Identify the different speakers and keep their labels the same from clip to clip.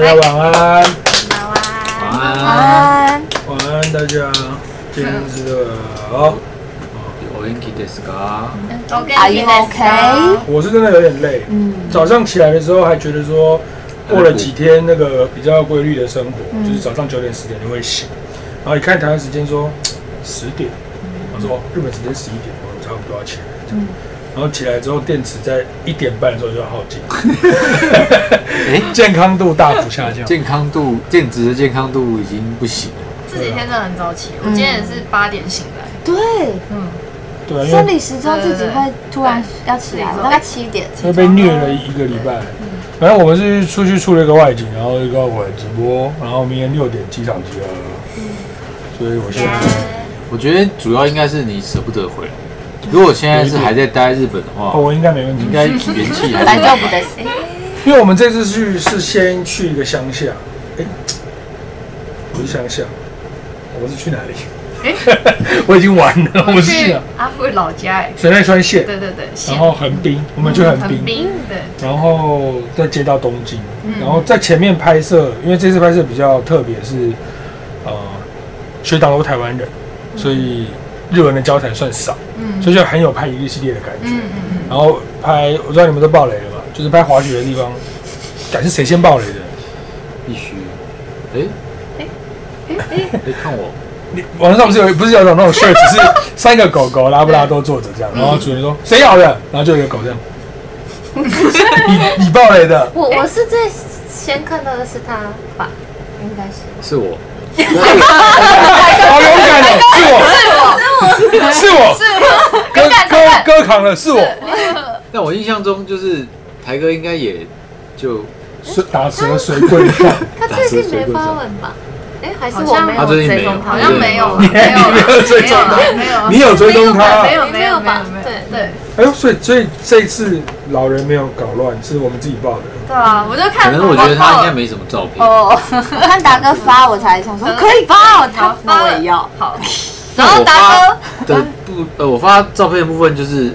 Speaker 1: 大家晚安，
Speaker 2: 晚安。
Speaker 3: 安，
Speaker 1: 晚安大家，今天是的，好，
Speaker 2: お元気ですか？
Speaker 4: 我跟
Speaker 3: Are
Speaker 4: 你
Speaker 3: you
Speaker 4: 的
Speaker 3: okay？
Speaker 1: 我是真的有点累，
Speaker 3: 嗯，
Speaker 1: 早上起来的时候还觉得说，过了几天那个比较规律的生活，就是早上九点十点就会醒，然后一看台湾时间说十点，我说哦日本时间十一点，我差不多要起来了，这样然后起来之后电池在一点半的时候就要耗尽，
Speaker 2: 哎，
Speaker 1: 健康度大幅下降，
Speaker 2: 健康度电子的健康度已经不行了。
Speaker 4: 这几天真的很早起，我今天也是八点醒来，
Speaker 3: 对，
Speaker 4: 嗯，
Speaker 1: 对啊，因
Speaker 3: 生
Speaker 1: 为
Speaker 3: 理时钟自己会突然要起来，
Speaker 4: 对
Speaker 3: 大概七点。
Speaker 1: 因为被虐了一个礼拜。反正我们是出去出了一个外景，然后一个我的直播，然后明天六点机场集合。所以我现在，
Speaker 2: 我觉得主要应该是你舍不得回来。如果现在是还在待在日本的
Speaker 1: 哦，
Speaker 2: 话，
Speaker 1: 我应该没问题
Speaker 2: 应，该元气
Speaker 3: 本来
Speaker 2: 还是
Speaker 3: 就不得行，
Speaker 1: 因为我们这次去是先去一个乡下，哎，不是乡下，我们是去哪里？我已经完了，我
Speaker 4: 我
Speaker 1: 们是去
Speaker 4: 去
Speaker 1: 哪
Speaker 4: 阿富老家，哎，
Speaker 1: 神奈川县，
Speaker 4: 对对对，
Speaker 1: 然
Speaker 4: 县
Speaker 1: 后横滨，我们去横滨
Speaker 4: 很，冰对，
Speaker 1: 然后再接到东京，
Speaker 4: 嗯
Speaker 1: 然后在前面拍摄，因为这次拍摄比较特别是，呃，学长都台湾人，所以日文的教材算少，
Speaker 4: 嗯
Speaker 1: 所以就很有拍一日系列的感觉。
Speaker 4: 嗯嗯
Speaker 1: 然后拍，我知道你们都爆雷了嘛，就是拍滑雪的地方，敢是谁先爆雷的？
Speaker 2: 必须。哎哎哎，看我，
Speaker 1: 你网络上不是有不是有一种那种 shirt，只是 三个狗狗拉布拉多坐着这样，然后主人说谁咬的，然后就有一个狗 这样，你你爆雷的，
Speaker 3: 我我是最先看到的是他吧，应该是。
Speaker 2: 是我。
Speaker 1: 好勇敢哦，是我，是我，是我，哥哥哥扛了，是我，
Speaker 2: 但我印象中就是台哥应该也就
Speaker 1: 是打蛇随棍上，
Speaker 3: 他最近没发文吧？哎，还是我没
Speaker 2: 他
Speaker 3: 有
Speaker 2: 最近没
Speaker 3: 追
Speaker 2: 有
Speaker 3: 踪他，
Speaker 4: 好像没有，啊
Speaker 2: 你
Speaker 4: 没 有
Speaker 1: 哦 你没有追踪他
Speaker 4: 没有，
Speaker 1: 你
Speaker 4: 有
Speaker 1: 有追踪他
Speaker 4: 没？有
Speaker 3: 你
Speaker 4: 没
Speaker 3: 没
Speaker 4: 有
Speaker 3: 有
Speaker 4: 没有
Speaker 3: 吧
Speaker 4: 没有，
Speaker 3: 对
Speaker 4: 对
Speaker 1: 哎呦，所以所以这一次老人没有搞乱，是我们自己报的。
Speaker 4: 对啊，我就看，
Speaker 2: 可能我觉得他应该没什么照片。
Speaker 3: 哦，我看达哥发我才想说
Speaker 5: 哦
Speaker 3: 可以吧，他
Speaker 4: 嗯好
Speaker 3: 那我也要。
Speaker 4: 好，
Speaker 2: 但
Speaker 4: 然后
Speaker 2: 我
Speaker 4: 达哥
Speaker 2: 发的不呃，我发照片的部分就是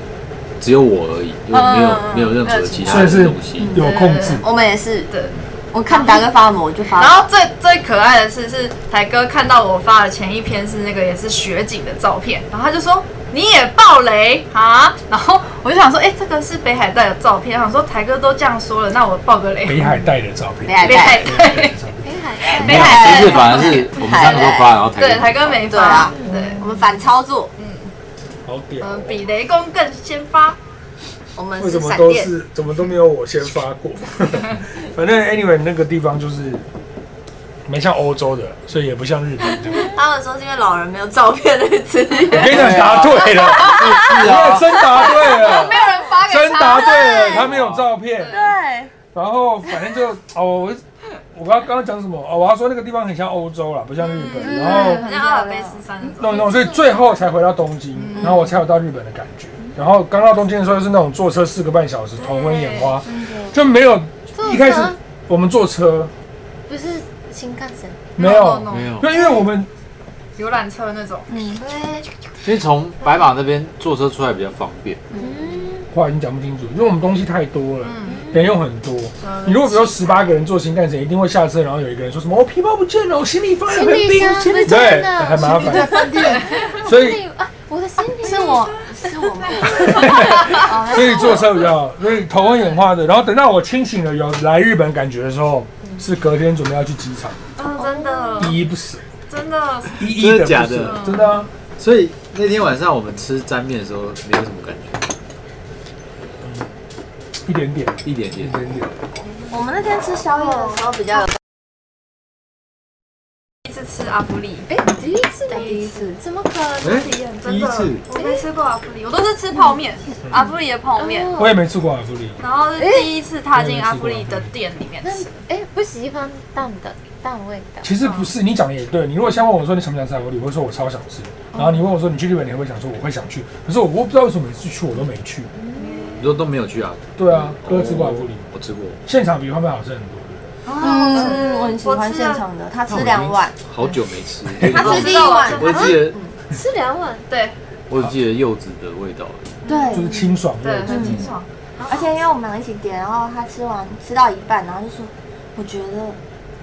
Speaker 2: 只有我而已，就没有
Speaker 4: 嗯
Speaker 2: 没有任何其他
Speaker 1: 所以
Speaker 2: 的
Speaker 1: 是
Speaker 2: 东西。
Speaker 1: 啊有嗯控制，
Speaker 3: 我们也是，
Speaker 4: 对。
Speaker 3: 我看达哥发我们我就发。
Speaker 4: 然后最最可爱的是，是台哥看到我发的前一篇是那个也是雪景的照片，然后他就说你也爆雷啊！然后我就想说，哎、这个是北海道的照片，我想说台哥都这样说了，那我爆个雷。
Speaker 1: 北海带的照片，
Speaker 3: 北海
Speaker 4: 北海道，
Speaker 3: 北海
Speaker 4: 北海
Speaker 5: 哎
Speaker 2: 这次反而是我们三个都发，然后台
Speaker 4: 对，台
Speaker 2: 哥
Speaker 4: 哥没
Speaker 3: 哎对
Speaker 4: 发
Speaker 3: 啊，
Speaker 4: 对，
Speaker 3: 我们反操作，
Speaker 1: 好屌
Speaker 4: 我！们呃比雷公更先发，
Speaker 3: 我们
Speaker 1: 为
Speaker 3: 是
Speaker 1: 什么
Speaker 3: 闪
Speaker 1: 都
Speaker 3: 电。
Speaker 1: 是怎么都没有我先发过？ 反正 anyway 那个地方就是没像欧洲的，所以也不像日本这样。
Speaker 3: 他们说是因为老人没有照片的资
Speaker 1: 我跟
Speaker 3: 源，
Speaker 1: 你讲，答对了，
Speaker 2: 是啊，
Speaker 1: 真答对了。
Speaker 4: 没有人发给
Speaker 1: 真答
Speaker 4: 他。
Speaker 1: 对了，他没有照片。
Speaker 3: 对，
Speaker 1: 然后反正就哦，我我刚刚刚讲什么？哦，我要说那个地方很像欧洲啦，不像日
Speaker 4: 嗯
Speaker 1: 本。然后
Speaker 4: 像阿尔卑斯山
Speaker 3: 嗯
Speaker 4: 那种，
Speaker 1: 弄一弄，所以最后才回到东京，
Speaker 4: 嗯
Speaker 1: 然后我才有到日本的感觉。然后刚到东京的时候，就是那种坐车四个半小时，头昏眼花，
Speaker 4: 嗯
Speaker 1: 就没有一开始我们坐车
Speaker 3: 不是新干线，
Speaker 1: 没有，
Speaker 2: 没有，
Speaker 1: 对，因为我们
Speaker 4: 游览车那种，
Speaker 3: 嗯，对，
Speaker 2: 因为从白马那边坐车出来比较方便。
Speaker 1: 话已经讲不清楚，因为我们东西太多了，人又很多。你如果比如十八个人坐新干线，一定会下车，然后有一个人说什么“我皮包不见了，我行李放在那边，行李对，很麻烦。 所以
Speaker 3: 哎我的心里是我是我吗？哦
Speaker 1: 所以坐车比较好，所以头昏眼花的。然后等到我清醒了，有来日本感觉的时候，是隔天准备要去机场，
Speaker 4: 啊，真的，
Speaker 1: 依依不舍，
Speaker 4: 真的，
Speaker 1: 依依
Speaker 2: 真
Speaker 1: 不
Speaker 2: 的假
Speaker 1: 舍
Speaker 2: 的
Speaker 1: 真的啊，
Speaker 2: 所以那天晚上我们吃沾面的时候，没有什么感觉，
Speaker 1: 一点点，
Speaker 2: 一点点
Speaker 1: 一。点点。
Speaker 3: 我们那天吃宵夜的时候比较有，
Speaker 4: 第一次吃阿芙里，
Speaker 3: 哎，第一次第一次，怎么可能？
Speaker 2: 哎，第
Speaker 4: 真
Speaker 2: 一
Speaker 4: 的
Speaker 2: 次，
Speaker 4: 我没吃过阿芙里，我都是吃泡面，
Speaker 3: 嗯
Speaker 4: 阿芙里的泡面。
Speaker 1: 我也没吃过阿芙丽，
Speaker 4: 然后是第一次踏进阿芙里的店里面
Speaker 6: 那
Speaker 4: 吃，
Speaker 6: 哎，不喜欢淡的淡味的，
Speaker 1: 其实不是，你讲的也对。你如果先问我说你想不想吃阿芙丽，我会说我超想吃。
Speaker 4: 哦
Speaker 1: 然后你问我说你去日本你会不会想说我会想去，可是我我不知道为什么每次去我都没去。
Speaker 2: 你说都没有去啊？
Speaker 1: 对啊，哥吃过阿芙丽，
Speaker 2: 我吃过，
Speaker 1: 现场比外面好吃很多。
Speaker 3: 嗯，我很喜欢现场的，他吃两碗，
Speaker 2: 好久没吃。
Speaker 4: 他
Speaker 3: 吃第
Speaker 4: 吃第
Speaker 3: 一
Speaker 4: 一碗
Speaker 3: 碗，
Speaker 2: 我只记得，
Speaker 6: 吃两碗，
Speaker 4: 对
Speaker 2: 我只记得柚子的味道。
Speaker 1: 就
Speaker 3: 对
Speaker 1: 是。清爽
Speaker 4: 对，
Speaker 1: 的。
Speaker 4: 很清爽。
Speaker 3: 而且因为我们两个一起点，然后他吃完吃到一半，然后就说：“我觉得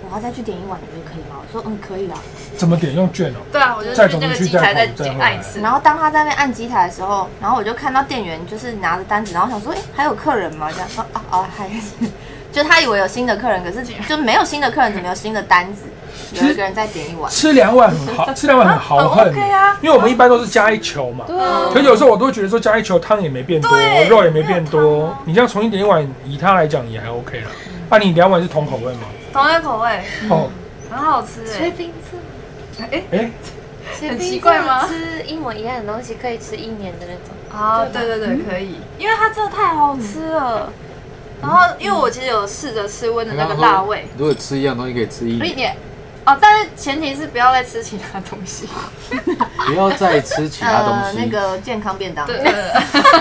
Speaker 5: 我要再去点一碗，你觉得可以吗？我说嗯，可以啊。
Speaker 1: 怎么点用券哦？
Speaker 4: 对啊，我就
Speaker 1: 再
Speaker 4: 去那
Speaker 1: 走
Speaker 4: 个
Speaker 1: 出去
Speaker 4: 机台
Speaker 1: 再
Speaker 4: 再
Speaker 1: 跑
Speaker 4: 啊点按一次，
Speaker 5: 然后当他在那边按机台的时候，然后我就看到店员就是拿着单子，然后想说，哎，还有客人吗？这样说啊啊，还是 就他以为有新的客人，可是就没有新的客人，怎么有新的单子？有一个人在点一碗，
Speaker 1: 吃两碗很好，吃两碗很豪
Speaker 4: 很
Speaker 1: 横，
Speaker 4: OK 啊
Speaker 1: 因为我们一般都是加一球嘛。
Speaker 6: 对啊，
Speaker 1: 可有时候我都会觉得说加一球汤也没变多，
Speaker 4: 对
Speaker 1: 肉也没变
Speaker 4: 没有
Speaker 1: 多
Speaker 4: 汤啊，嗯
Speaker 1: 你这样重新点一碗，以它来讲也还 OK 了。那、你两碗是同口味吗？
Speaker 4: 同一个口味，
Speaker 1: 哦，
Speaker 4: 很好吃欸
Speaker 6: 吃
Speaker 4: 哎。
Speaker 6: 冰刺，
Speaker 1: 哎、
Speaker 6: 吃
Speaker 4: 很
Speaker 6: 冰
Speaker 4: 奇
Speaker 6: 刺
Speaker 4: 怪吗
Speaker 6: 吃一模一样的东西可以吃一年的那种。
Speaker 4: 啊，对对嗯对，可以，因为它真的太好吃了。然后，因为我其实有试着吃温的那个辣味，
Speaker 2: 如果吃一样东西可以吃一
Speaker 4: 一
Speaker 2: 年，
Speaker 4: 点哦，但是前提是不要再吃其他东西。
Speaker 2: 不要再吃其他东
Speaker 5: 呃，
Speaker 2: 西。
Speaker 5: 那个健康便当，
Speaker 4: 对，对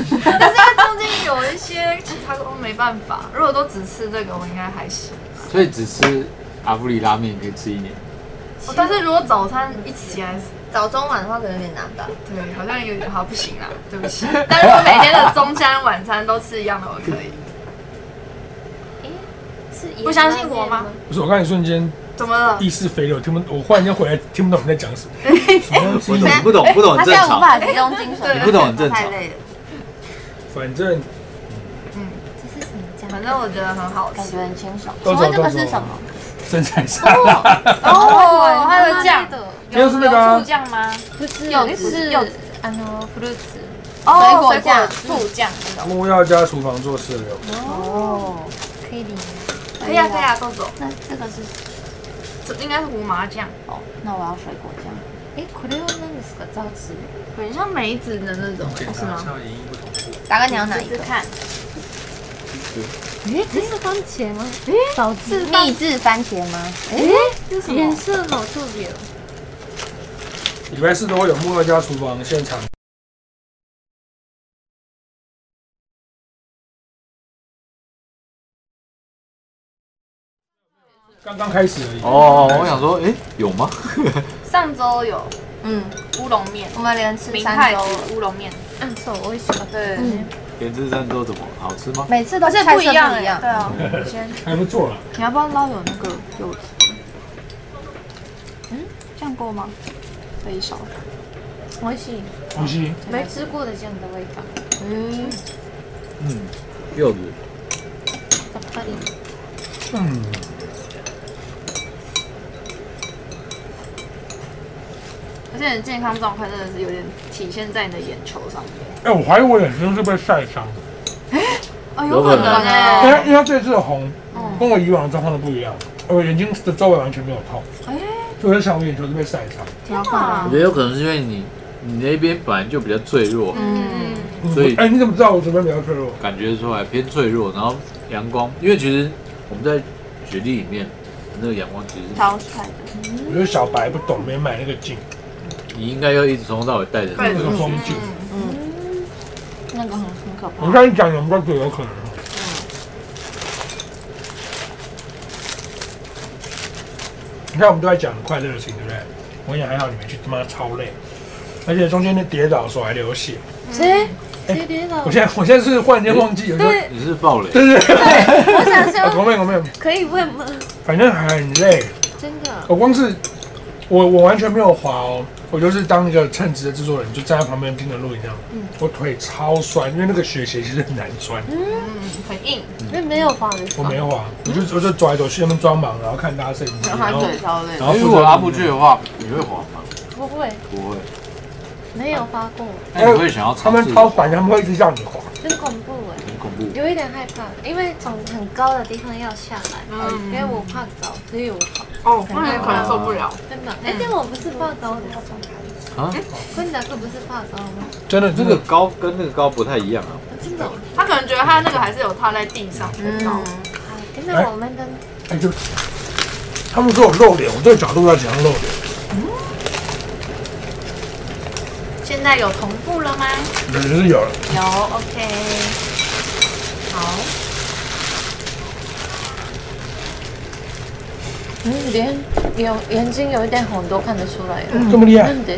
Speaker 4: 对但是它中间有一些其他都没办法，如果都只吃这个，我应该还行。
Speaker 2: 所以只吃阿布里拉面可以吃一年。
Speaker 4: 哦但是如果早餐一起来，
Speaker 5: 早中晚的话可能有点难吧。
Speaker 4: 对，好像有点好不行啦，对不起。 但如果每天的中餐、晚餐都吃一样的，我可以。
Speaker 6: 诶，是盐
Speaker 4: 不相信我
Speaker 6: 拉
Speaker 4: 吗
Speaker 6: 面？
Speaker 1: 不是，我刚才瞬间
Speaker 4: 怎么了？
Speaker 1: 意识飞了，我听不，我忽然间回来听不懂你在讲什 么。
Speaker 5: 哎
Speaker 1: 什么东西
Speaker 2: 我懂，不懂，不懂
Speaker 5: 他
Speaker 2: 很正
Speaker 5: 现在无
Speaker 2: 常。
Speaker 5: 法集中精神，
Speaker 4: 对
Speaker 2: 你不懂很正
Speaker 5: 太
Speaker 2: 常。
Speaker 5: 累了，
Speaker 1: 反正
Speaker 6: 这是什么酱？
Speaker 4: 反正我觉得很好
Speaker 5: 感
Speaker 4: 吃
Speaker 5: 觉很清爽。
Speaker 1: 都
Speaker 5: 请
Speaker 1: 走
Speaker 5: 问这个
Speaker 1: 都走
Speaker 5: 是什么？
Speaker 1: 生产沙拉，
Speaker 4: 哦，它
Speaker 6: 妈
Speaker 4: 的
Speaker 6: 妈
Speaker 4: 酱
Speaker 6: 那个
Speaker 1: 没有是那个啊
Speaker 7: 有醋酱吗？
Speaker 6: 不是
Speaker 5: 柚子
Speaker 6: 是
Speaker 5: 柚子
Speaker 6: 啊 no fruits，
Speaker 4: 哦
Speaker 5: 水果酱
Speaker 7: 醋酱这种。
Speaker 1: 木曜加厨房做事了。
Speaker 5: 哦，
Speaker 6: 可以领
Speaker 4: 可以啊可以啊，豆豆，
Speaker 5: 那这个是
Speaker 4: 这应该是胡麻酱，
Speaker 5: 哦，那我要水果酱。
Speaker 6: 诶，これは何ですか？造纸？
Speaker 4: 很像梅子的那种，是吗？
Speaker 1: 下原因不同步。
Speaker 5: 大哥，你要哪一
Speaker 7: 试
Speaker 5: 个
Speaker 7: 试？看，
Speaker 6: 诶，这是番茄吗？诶，造纸
Speaker 5: 秘制番茄吗？
Speaker 6: 颜色好特别哦。
Speaker 1: 礼拜四都会有木曜加厨房现场。刚刚开始而已。
Speaker 2: 哦，我想说，哎，有吗？
Speaker 7: 上周有
Speaker 5: 嗯，
Speaker 7: 乌龙面，
Speaker 5: 我们连吃
Speaker 7: 明
Speaker 5: 三
Speaker 7: 太
Speaker 5: 周
Speaker 7: 子
Speaker 5: 了，
Speaker 7: 乌龙面，
Speaker 6: 嗯，手我也喜欢。
Speaker 7: 对，
Speaker 2: 连吃三周怎么好吃吗？
Speaker 5: 每次都
Speaker 7: 而且
Speaker 5: 菜
Speaker 7: 不
Speaker 5: 色
Speaker 7: 一样
Speaker 5: 不一
Speaker 7: 哎，
Speaker 5: 样欸
Speaker 7: 对。啊，
Speaker 1: 还不错了，
Speaker 5: 你要不要捞有那个柚子？嗯，这样够吗？可以少。
Speaker 6: 我喜
Speaker 1: 不是
Speaker 6: 没吃过的酱的味道。
Speaker 5: 嗯，
Speaker 2: 嗯，柚子。
Speaker 6: やっぱり
Speaker 1: 嗯，
Speaker 4: 而且你的健康状况真的是有点体现在你的眼球上面。
Speaker 1: 哎、我怀疑我眼睛是被晒伤的，
Speaker 4: 哦，
Speaker 2: 有可能
Speaker 4: 能
Speaker 1: 因为
Speaker 4: 哎，
Speaker 1: 因为它这次的红
Speaker 5: 哦
Speaker 1: 跟我以往的状况都不一样，我眼睛的周围完全没有痛，
Speaker 4: 哎
Speaker 1: 所以我在想我眼球是被晒伤，
Speaker 4: 天哪
Speaker 5: 啊
Speaker 2: 我！觉得有可能是因为你你那边本来就比较脆弱，
Speaker 4: 嗯，
Speaker 2: 所以
Speaker 1: 哎、你怎么知道我左边比较脆弱？
Speaker 2: 感觉出来偏脆弱，然后阳光，因为其实我们在雪地里面，那个阳光其实
Speaker 5: 超帅的。
Speaker 1: 我觉得小白不懂，没买那个镜，
Speaker 2: 你应该要一直从头到尾带着那
Speaker 1: 那
Speaker 2: 个
Speaker 1: 个风镜。
Speaker 5: 嗯，那个很很可怕
Speaker 1: 我。跟你讲，有没有觉得有可能？你看，我们都在讲快乐的事情，对不对？我跟你讲，还好你没去，他妈超累，而且中间那跌倒手还流血。
Speaker 6: 谁谁跌倒
Speaker 1: 我？现在，我现在是忽然间忘记，有时候，
Speaker 2: 你是暴雷，
Speaker 1: 对对对，
Speaker 6: 我想
Speaker 1: 啊
Speaker 6: 说，
Speaker 1: 我没有，我没有，
Speaker 6: 可以问吗？
Speaker 1: 反正很累。
Speaker 6: 真的
Speaker 1: 我光是我我完全没有滑哦，我就是当一个称职的制作人，就站在旁边盯着录影这样。我腿超酸，因为那个雪鞋其实很难穿。
Speaker 4: 很硬，
Speaker 6: 那没有法的
Speaker 1: 我没滑，我就我就走来走去，他们装忙，然后看大家摄影机，然
Speaker 5: 然后他
Speaker 1: 后
Speaker 5: 腿超累
Speaker 1: 然。后
Speaker 2: 如
Speaker 1: 负
Speaker 2: 果
Speaker 1: 责
Speaker 2: 拉不去的话，你会滑吗？
Speaker 6: 不会，
Speaker 2: 不会，
Speaker 6: 没有发过，
Speaker 2: 哎那你会想要
Speaker 1: 他
Speaker 2: 尝
Speaker 1: 们
Speaker 2: 试？
Speaker 1: 超烦，他们会一直让你滑。
Speaker 6: 很恐怖哎，
Speaker 2: 很恐怖，
Speaker 6: 有一点害怕，因为从很高的地方要下来，
Speaker 4: 嗯
Speaker 6: 因为我怕高，所以我怕
Speaker 4: 哦，那你可能受不了。
Speaker 6: 真的。哎，但我不是怕高的，
Speaker 2: 啊，
Speaker 6: 坤达哥不是怕高吗？
Speaker 1: 真的，这
Speaker 2: 这个
Speaker 5: 嗯
Speaker 1: 个
Speaker 2: 高跟那个高不太一样啊。
Speaker 6: 真的哦，
Speaker 4: 他可能觉得他那个还是有踏在地上，
Speaker 5: 嗯，
Speaker 6: 哎那我们的
Speaker 1: 哎就他们说我露脸，我这个角度要怎样露脸？
Speaker 4: 现在有同步了吗？
Speaker 1: 有就是有了，
Speaker 4: 有，OK。好，
Speaker 6: 嗯，脸有眼睛有一点红都看得出来。
Speaker 5: 嗯
Speaker 1: 这么厉害，
Speaker 6: 真的，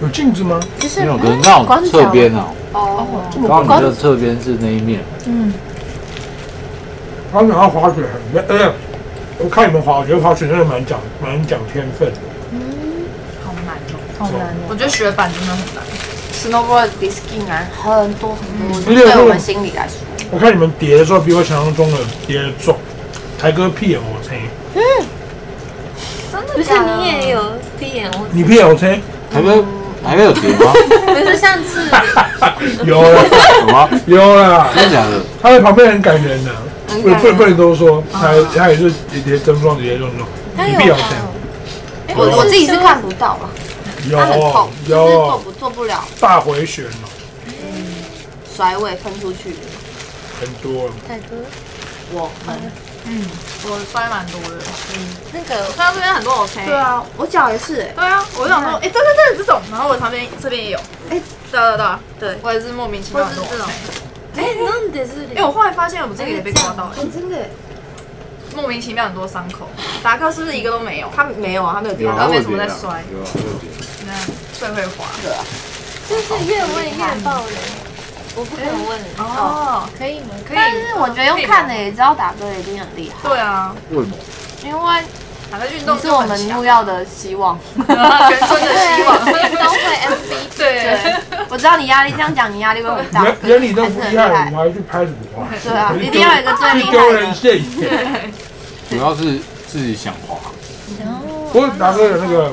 Speaker 1: 有镜子吗？
Speaker 6: 就是啊
Speaker 2: 没有，可能刚好侧边啊，
Speaker 4: 哦，嗯
Speaker 1: 这么
Speaker 2: 刚
Speaker 1: 棒，
Speaker 2: 好你的侧边是那一面，
Speaker 1: 他们要滑雪很累，哎呀我看你们滑，我觉得滑雪真的蛮讲蛮讲天分的。
Speaker 4: 好难哦。
Speaker 6: 好难
Speaker 4: 我
Speaker 6: 哦。
Speaker 4: 觉得雪板真的很难。
Speaker 5: snowboard 比 ski 难很多很多，
Speaker 1: 嗯
Speaker 5: 对我们心里来说，
Speaker 1: 我看你们叠的时候比我想象中的叠的重，台哥屁眼我吹，
Speaker 6: 不是你也有闭眼，我
Speaker 1: 你屁眼我吹，
Speaker 2: 台哥台哥有叠吗？
Speaker 6: 不是上次
Speaker 1: 有啦
Speaker 2: 有吗？
Speaker 1: 有啦，
Speaker 2: 真的假 的？
Speaker 1: 他在旁边很感人的、啊
Speaker 5: 很
Speaker 1: 不
Speaker 5: 感人哦
Speaker 1: 不不能多说，他他也是叠叠真撞叠真撞，
Speaker 6: 他
Speaker 1: 你
Speaker 6: 有
Speaker 1: 屁眼我
Speaker 6: 吧
Speaker 1: 吹，
Speaker 5: 哎我我自己是看不到啊了，
Speaker 1: 有啊
Speaker 5: 它很痛，就是做
Speaker 1: 有
Speaker 5: 不做不了
Speaker 1: 大回旋哦，
Speaker 5: 甩尾喷出去，
Speaker 1: 很多
Speaker 6: 凯哥
Speaker 5: 我很
Speaker 4: 嗯，我摔蛮多的。
Speaker 6: 那个
Speaker 4: 我看到这边很多 OK。
Speaker 5: 对。啊，我脚也是哎，
Speaker 4: 对啊，我就想说，哎、对对对，这种，然后我旁边这边也有，
Speaker 5: 哎
Speaker 4: 对啊对啊对
Speaker 5: 对
Speaker 4: 啊，我也是莫名其妙很多
Speaker 7: 或是这种
Speaker 4: OK，
Speaker 6: 哎，那得是哦
Speaker 4: 因为我后来发现我这个也被刮到了，
Speaker 6: 嗯
Speaker 5: 真的，
Speaker 4: 莫名其妙很多伤口，达克是不是一个都没有？
Speaker 5: 他没有啊，他没有地
Speaker 2: 有
Speaker 5: 方
Speaker 2: 啊，
Speaker 4: 他
Speaker 2: 我
Speaker 4: 为
Speaker 2: 有
Speaker 4: 什么
Speaker 2: 叠
Speaker 4: 在
Speaker 2: 啊，
Speaker 4: 摔
Speaker 2: 有啊，我有叠。
Speaker 4: 那最会滑
Speaker 5: 对啊，
Speaker 6: 就是越问越爆雷，我不敢问，
Speaker 4: 哦，
Speaker 6: 可以吗？
Speaker 4: 可以。
Speaker 5: 但是我觉得用看的也知道打哥一定很厉害，
Speaker 4: 对啊，
Speaker 2: 为什么？
Speaker 5: 因为
Speaker 4: 反正运动
Speaker 5: 你是我
Speaker 4: 就
Speaker 5: 们
Speaker 4: 很强
Speaker 5: 木曜的希望，
Speaker 4: 全村的希望，
Speaker 6: 都会 MV，
Speaker 4: 对，
Speaker 5: 我知道你压力这样讲，你压力会很大，
Speaker 1: 人人你都不
Speaker 5: 还
Speaker 1: 厉
Speaker 5: 是很
Speaker 1: 害，我们还去拍什么花？
Speaker 5: 对啊，
Speaker 1: 可是
Speaker 5: 一定要有一个最厉
Speaker 1: 去丢
Speaker 5: 害
Speaker 1: 人
Speaker 5: 的。
Speaker 1: 现眼。
Speaker 2: 主要是自己想滑，
Speaker 1: 不过达哥的那个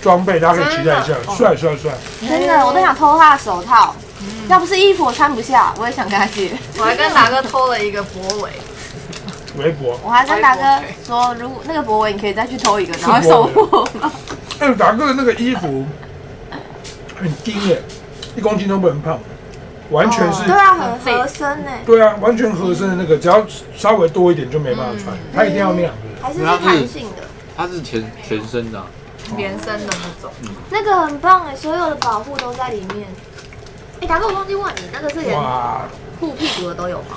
Speaker 1: 装备，大家可以期待一下，帅帅帅！
Speaker 5: 真
Speaker 1: 嗯
Speaker 5: 的，我都想偷他的手套，要不是衣服我穿不下，我也想跟他借。
Speaker 4: 我还跟达哥偷了一个脖围，
Speaker 1: 围脖，
Speaker 5: 我还跟达哥说，如果那个博文你可以再去偷一个，然后送 我吗？
Speaker 1: 哎，达哥的那个衣服很精耶，一公斤都不能胖，完全是
Speaker 5: 对啊，很合身呢。
Speaker 6: 欸
Speaker 1: 对啊，完全合身的那个，只要稍微多一点就没办法穿，他一定要那样子。
Speaker 5: 还是是弹性的，
Speaker 2: 它是全全身的啊，
Speaker 4: 连身的那种，
Speaker 7: 那个很棒
Speaker 6: 欸
Speaker 7: 哎，所有的保护都在里面。哎，达哥，我忘记问你，那个是连
Speaker 1: 哇，
Speaker 7: 护屁股的都有吗？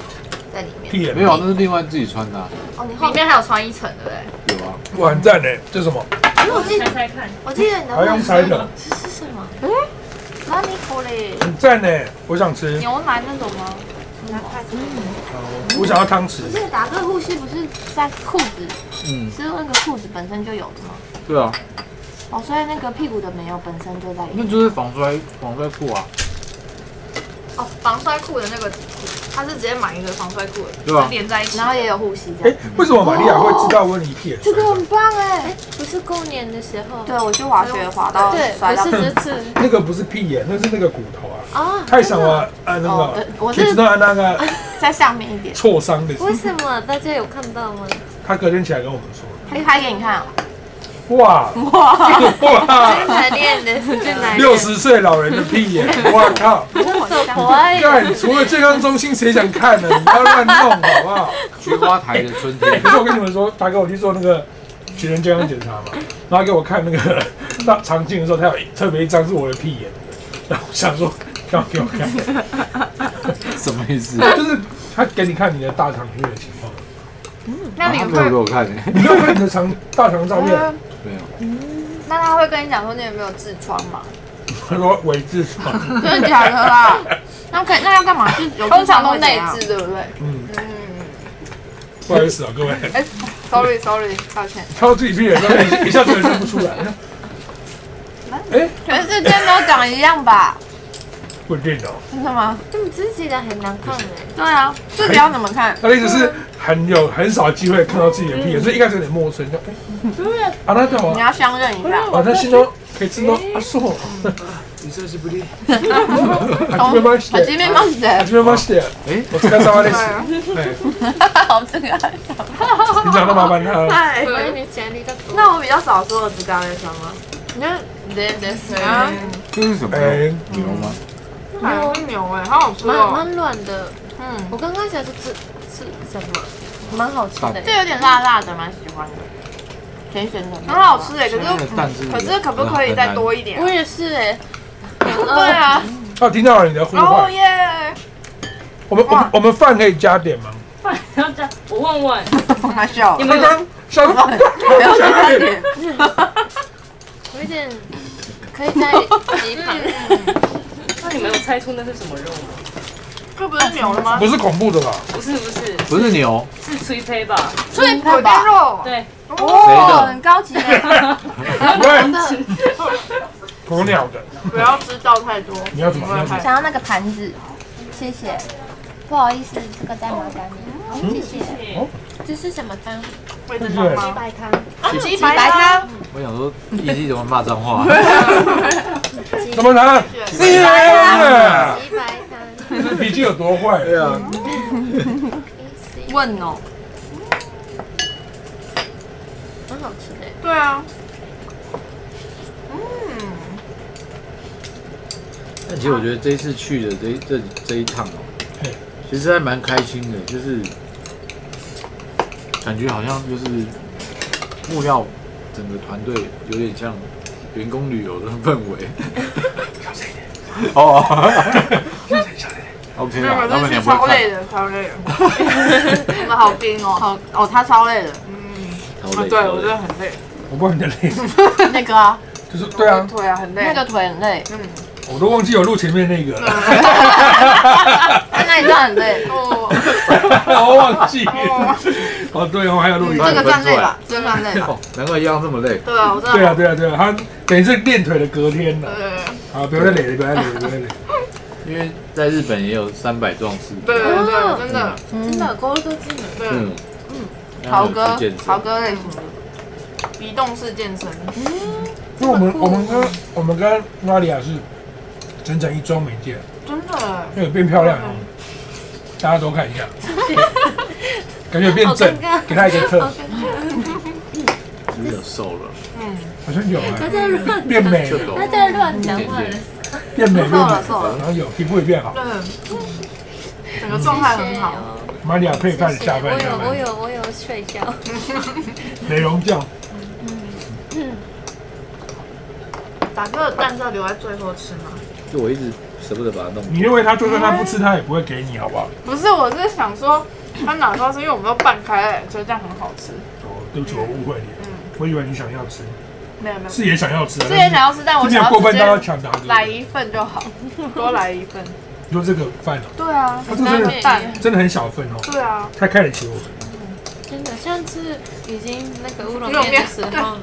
Speaker 7: 在里面？
Speaker 1: 屁眼
Speaker 2: 没有啊，那是另外自己穿的啊，
Speaker 7: 哦，你后
Speaker 4: 里
Speaker 7: 面，
Speaker 4: 面还有穿一层，对不对？
Speaker 2: 有啊。
Speaker 1: 哇，很赞呢！这什么？
Speaker 7: 因为我记得，我记得你的
Speaker 1: 还用猜的，
Speaker 7: 是什么？嗯，拉米口嘞，
Speaker 1: 很赞呢！我想吃，
Speaker 7: 牛奶那种吗？
Speaker 1: 我想要汤匙
Speaker 5: 可。是达哥护膝不是在裤子，
Speaker 2: 嗯，
Speaker 5: 是那个裤子本身就有的吗？
Speaker 2: 对啊，
Speaker 5: 哦，所以那个屁股的没有，本身就在里
Speaker 2: 那
Speaker 5: 面。
Speaker 2: 就是防摔防摔裤啊，
Speaker 4: 哦，防摔裤的那个，他是直接买一个防摔裤的，
Speaker 2: 对啊
Speaker 4: 是连在一起，
Speaker 5: 然后也有护膝这
Speaker 1: 哎
Speaker 5: 样，，
Speaker 1: 为什么玛利亚会知道温妮屁眼
Speaker 6: 哦
Speaker 5: 这
Speaker 1: 摔
Speaker 5: 个
Speaker 1: 的？
Speaker 5: 很棒哎！
Speaker 6: 不是过年的时候，
Speaker 5: 对，我去滑雪滑到
Speaker 6: 对，
Speaker 5: 摔到
Speaker 6: 不是 这次
Speaker 1: 那个不是屁眼，那是那个骨头啊。
Speaker 6: 啊，
Speaker 1: 太想了，啊那
Speaker 5: 哦
Speaker 1: 个
Speaker 5: 对，我
Speaker 1: 你
Speaker 5: 是
Speaker 1: 知道那个
Speaker 5: 在上面一点，
Speaker 1: 挫伤的时候
Speaker 6: 为，什么大家有看到吗？
Speaker 1: 他隔天起来跟我们说，
Speaker 5: 可以拍给你看啊。
Speaker 1: 哇
Speaker 5: 哇，
Speaker 1: 哇，
Speaker 6: 才练的是去 哪里？
Speaker 1: 六十岁老人的屁眼，哇靠！
Speaker 6: 走国外，
Speaker 1: 干，除了健康中心谁想看呢？你不要乱弄好不好？
Speaker 2: 菊花台的春天
Speaker 1: 可是我跟你们说，大哥，我去做那个全人健康检查嘛，然后给我看那个大肠镜的时候，他有特别一张是我的屁眼，然后我想说要给我看，
Speaker 2: 什么意思？
Speaker 1: 就是他给你看你的大肠镜的情况，
Speaker 7: 那你
Speaker 2: 他
Speaker 7: 们会
Speaker 2: 没有给，我看欸，
Speaker 1: 你没有看你的肠大肠照片，
Speaker 2: 没有。
Speaker 7: 那他会跟你讲说你有没有痔疮吗？
Speaker 1: 他说伪痔疮。
Speaker 5: 真的假的啊啦？ 那可以那要干嘛？是有
Speaker 7: 通常都
Speaker 5: 痔疮会怎
Speaker 7: 内
Speaker 5: 样
Speaker 7: 痔，对不对？
Speaker 1: 嗯，不好意思啊，各位，
Speaker 7: Sorry Sorry，抱歉。
Speaker 1: 看到自己屁眼，然后一下子认不出来，哎，
Speaker 5: 全世界都长一样吧？
Speaker 1: 不一定哦。
Speaker 5: 真的吗？
Speaker 6: 这么自己的很难看哎，
Speaker 5: 对啊，这表怎么看？
Speaker 1: 他的意思是很有很少机会看到自己的屁眼，所以一开始有点陌生，就哎，啊，那干
Speaker 5: 你
Speaker 1: 嘛？
Speaker 5: 要相认一下，
Speaker 1: 啊，那心中可以知道啊，是我。
Speaker 2: 你这是不对。
Speaker 1: はじめまし
Speaker 5: 我今
Speaker 1: て。
Speaker 5: 天忘记
Speaker 1: は
Speaker 5: 了，
Speaker 1: じめまして。
Speaker 2: 哎，
Speaker 1: お疲れ様です。はい
Speaker 5: 好这个。
Speaker 1: 平常都麻烦他了。
Speaker 5: 嗨，
Speaker 6: 哎我以为你潜力更多。
Speaker 5: 那我比较少说我知道那什么，
Speaker 4: 你看连连谁？
Speaker 5: 啊
Speaker 2: 这是什么？
Speaker 1: 哎，
Speaker 2: 牛吗？
Speaker 4: 牛
Speaker 2: 嗯
Speaker 4: 牛哎，好好吃
Speaker 6: 蛮
Speaker 4: 哦，
Speaker 6: 蛮软的，
Speaker 4: 嗯，
Speaker 6: 我刚刚想是吃吃什么，蛮好吃的
Speaker 5: 这。有点辣辣的，蛮喜欢的。甜咸的，
Speaker 4: 很好吃。哎，可
Speaker 2: 那
Speaker 4: 是
Speaker 2: 个蛋是。
Speaker 4: 可是可不可以再多一点啊
Speaker 6: 我？也是哎，
Speaker 4: 对啊，
Speaker 1: 啊，听到了你的呼
Speaker 4: 哦
Speaker 1: 唤。
Speaker 4: 耶，
Speaker 1: 我们我们我们饭可以加点吗？
Speaker 8: 我问问，
Speaker 5: 他笑了，
Speaker 1: 刚刚小
Speaker 5: 不要说他点，
Speaker 6: 有一点 可以再挤一盘。嗯
Speaker 8: 那你们有猜出那是什么肉吗？
Speaker 4: 这不是牛了吗
Speaker 1: 不？是恐怖的吧？
Speaker 8: 不是不是，
Speaker 2: 不是牛，
Speaker 8: 是吹胚吧？
Speaker 4: 脆骨跟肉，
Speaker 8: 对，
Speaker 2: 谁
Speaker 5: 嗯哦，
Speaker 2: 的
Speaker 5: 很高级耶，
Speaker 1: 不是，鸵鸟的。
Speaker 4: 不要知道太多。
Speaker 1: 你要怎么你要怎么
Speaker 5: 想要那个盘子，谢谢。不好意思，这个在麻烦你，
Speaker 1: 嗯
Speaker 5: 谢谢。
Speaker 1: 哦
Speaker 6: 这是什么汤？
Speaker 4: 会知道吗？啊
Speaker 7: 白汤，
Speaker 4: 鸡白汤，
Speaker 2: 我想 说，一季怎么骂脏话？
Speaker 1: 怎么拿？厉害！
Speaker 7: 鸡白汤，
Speaker 1: 脾气有多坏？对啊，
Speaker 5: 问哦，
Speaker 4: 对啊，
Speaker 2: 但其实我觉得这一次去的这这这一趟
Speaker 1: 嘿
Speaker 2: 哦，其实还蛮开心的，就是感觉好像就是木曜整个团队有点像员工旅游的氛围。哦，OK
Speaker 4: 没有，
Speaker 2: 啊，他
Speaker 4: 可
Speaker 2: 们
Speaker 4: 是
Speaker 2: 俩
Speaker 4: 去
Speaker 2: 不会看，
Speaker 4: 超累的，超累的。 你们好冰哦，好
Speaker 5: 哦，他超累的，
Speaker 2: 超
Speaker 4: 啊，
Speaker 2: 累，
Speaker 4: 对
Speaker 2: 超
Speaker 4: 我真
Speaker 2: 累
Speaker 4: 的很累，
Speaker 1: 我不知道你的累，
Speaker 5: 那个啊，
Speaker 1: 就是对啊，
Speaker 4: 对啊，很累。
Speaker 5: 那个腿很累，
Speaker 4: 嗯，
Speaker 1: 我都忘记有录前面那个了，
Speaker 5: 他那一段很累，
Speaker 4: 哦，
Speaker 1: 我忘记。哦，对哦，还有录影。
Speaker 5: 这个
Speaker 2: 分
Speaker 5: 算累
Speaker 2: 出来
Speaker 5: 吧，这个算累吧。
Speaker 2: 哦，难怪一样这么累。
Speaker 4: 对啊，我真
Speaker 1: 对
Speaker 4: 的
Speaker 1: 啊，
Speaker 4: 好。
Speaker 1: 对啊，对啊，他等于是练腿的隔天了。
Speaker 4: 呃，
Speaker 1: 啊，不要再累了，不要再累了，不要再累 了。
Speaker 2: 因为在日本也有三百壮士，
Speaker 4: 对对对，真的，
Speaker 6: 真的，高都进
Speaker 4: 对，
Speaker 2: 嗯，
Speaker 5: 豪哥
Speaker 2: 他们有去健，身
Speaker 5: 豪哥类型的，
Speaker 4: 移动式健身，
Speaker 1: 因为我们我们跟我们跟拉里亚是整整一周没见，
Speaker 4: 真的，
Speaker 1: 因为有变漂亮了，
Speaker 6: 嗯
Speaker 1: 大家都看一 下，感觉有变正，给他一个特，
Speaker 2: 是不是有瘦了？
Speaker 4: 嗯，
Speaker 1: 好像有哎、
Speaker 6: 在乱，
Speaker 1: 变美
Speaker 2: 就
Speaker 1: 了，
Speaker 2: 有
Speaker 6: 他在乱讲话了。
Speaker 1: 变美变
Speaker 5: 瘦了
Speaker 1: 美，
Speaker 5: 瘦了，
Speaker 1: 然后有皮肤也变好，
Speaker 4: 对，整个状态很好。
Speaker 1: 玛利亚配饭
Speaker 6: 谢谢
Speaker 1: 下
Speaker 6: 我
Speaker 1: 饭下
Speaker 6: 有我
Speaker 1: 饭，
Speaker 6: 有我有睡觉，
Speaker 1: 美容酱，
Speaker 4: 哦打哥的蛋是要留在最后吃吗？
Speaker 2: 就我一直舍不得把它弄。
Speaker 1: 你认为他就算他不吃他也不会给你好不好？
Speaker 4: 不是，我是想说，它哪怕是因为我们都拌开了，所以这样很好吃。
Speaker 1: 哦，对不起，我误会你
Speaker 4: 嗯
Speaker 1: 了，我以为你想要吃，
Speaker 4: 没有没有，
Speaker 1: 是也想要吃啊，
Speaker 4: 之前想要吃，但我
Speaker 1: 是没有
Speaker 4: 想
Speaker 1: 过
Speaker 4: 要
Speaker 1: 分
Speaker 4: 直
Speaker 1: 到要
Speaker 4: 接
Speaker 1: 抢答
Speaker 4: 来
Speaker 1: 的，
Speaker 4: 一份就 好，多来一份。
Speaker 1: 你说这个饭哦，
Speaker 4: 对啊，
Speaker 1: 他这个真的
Speaker 4: 蛋。
Speaker 1: 真的很小份哦，
Speaker 4: 对啊，
Speaker 1: 太看得起我了。
Speaker 6: 真的。上次已经那个乌龙
Speaker 4: 乌龙
Speaker 6: 面
Speaker 4: 面
Speaker 6: 的时候，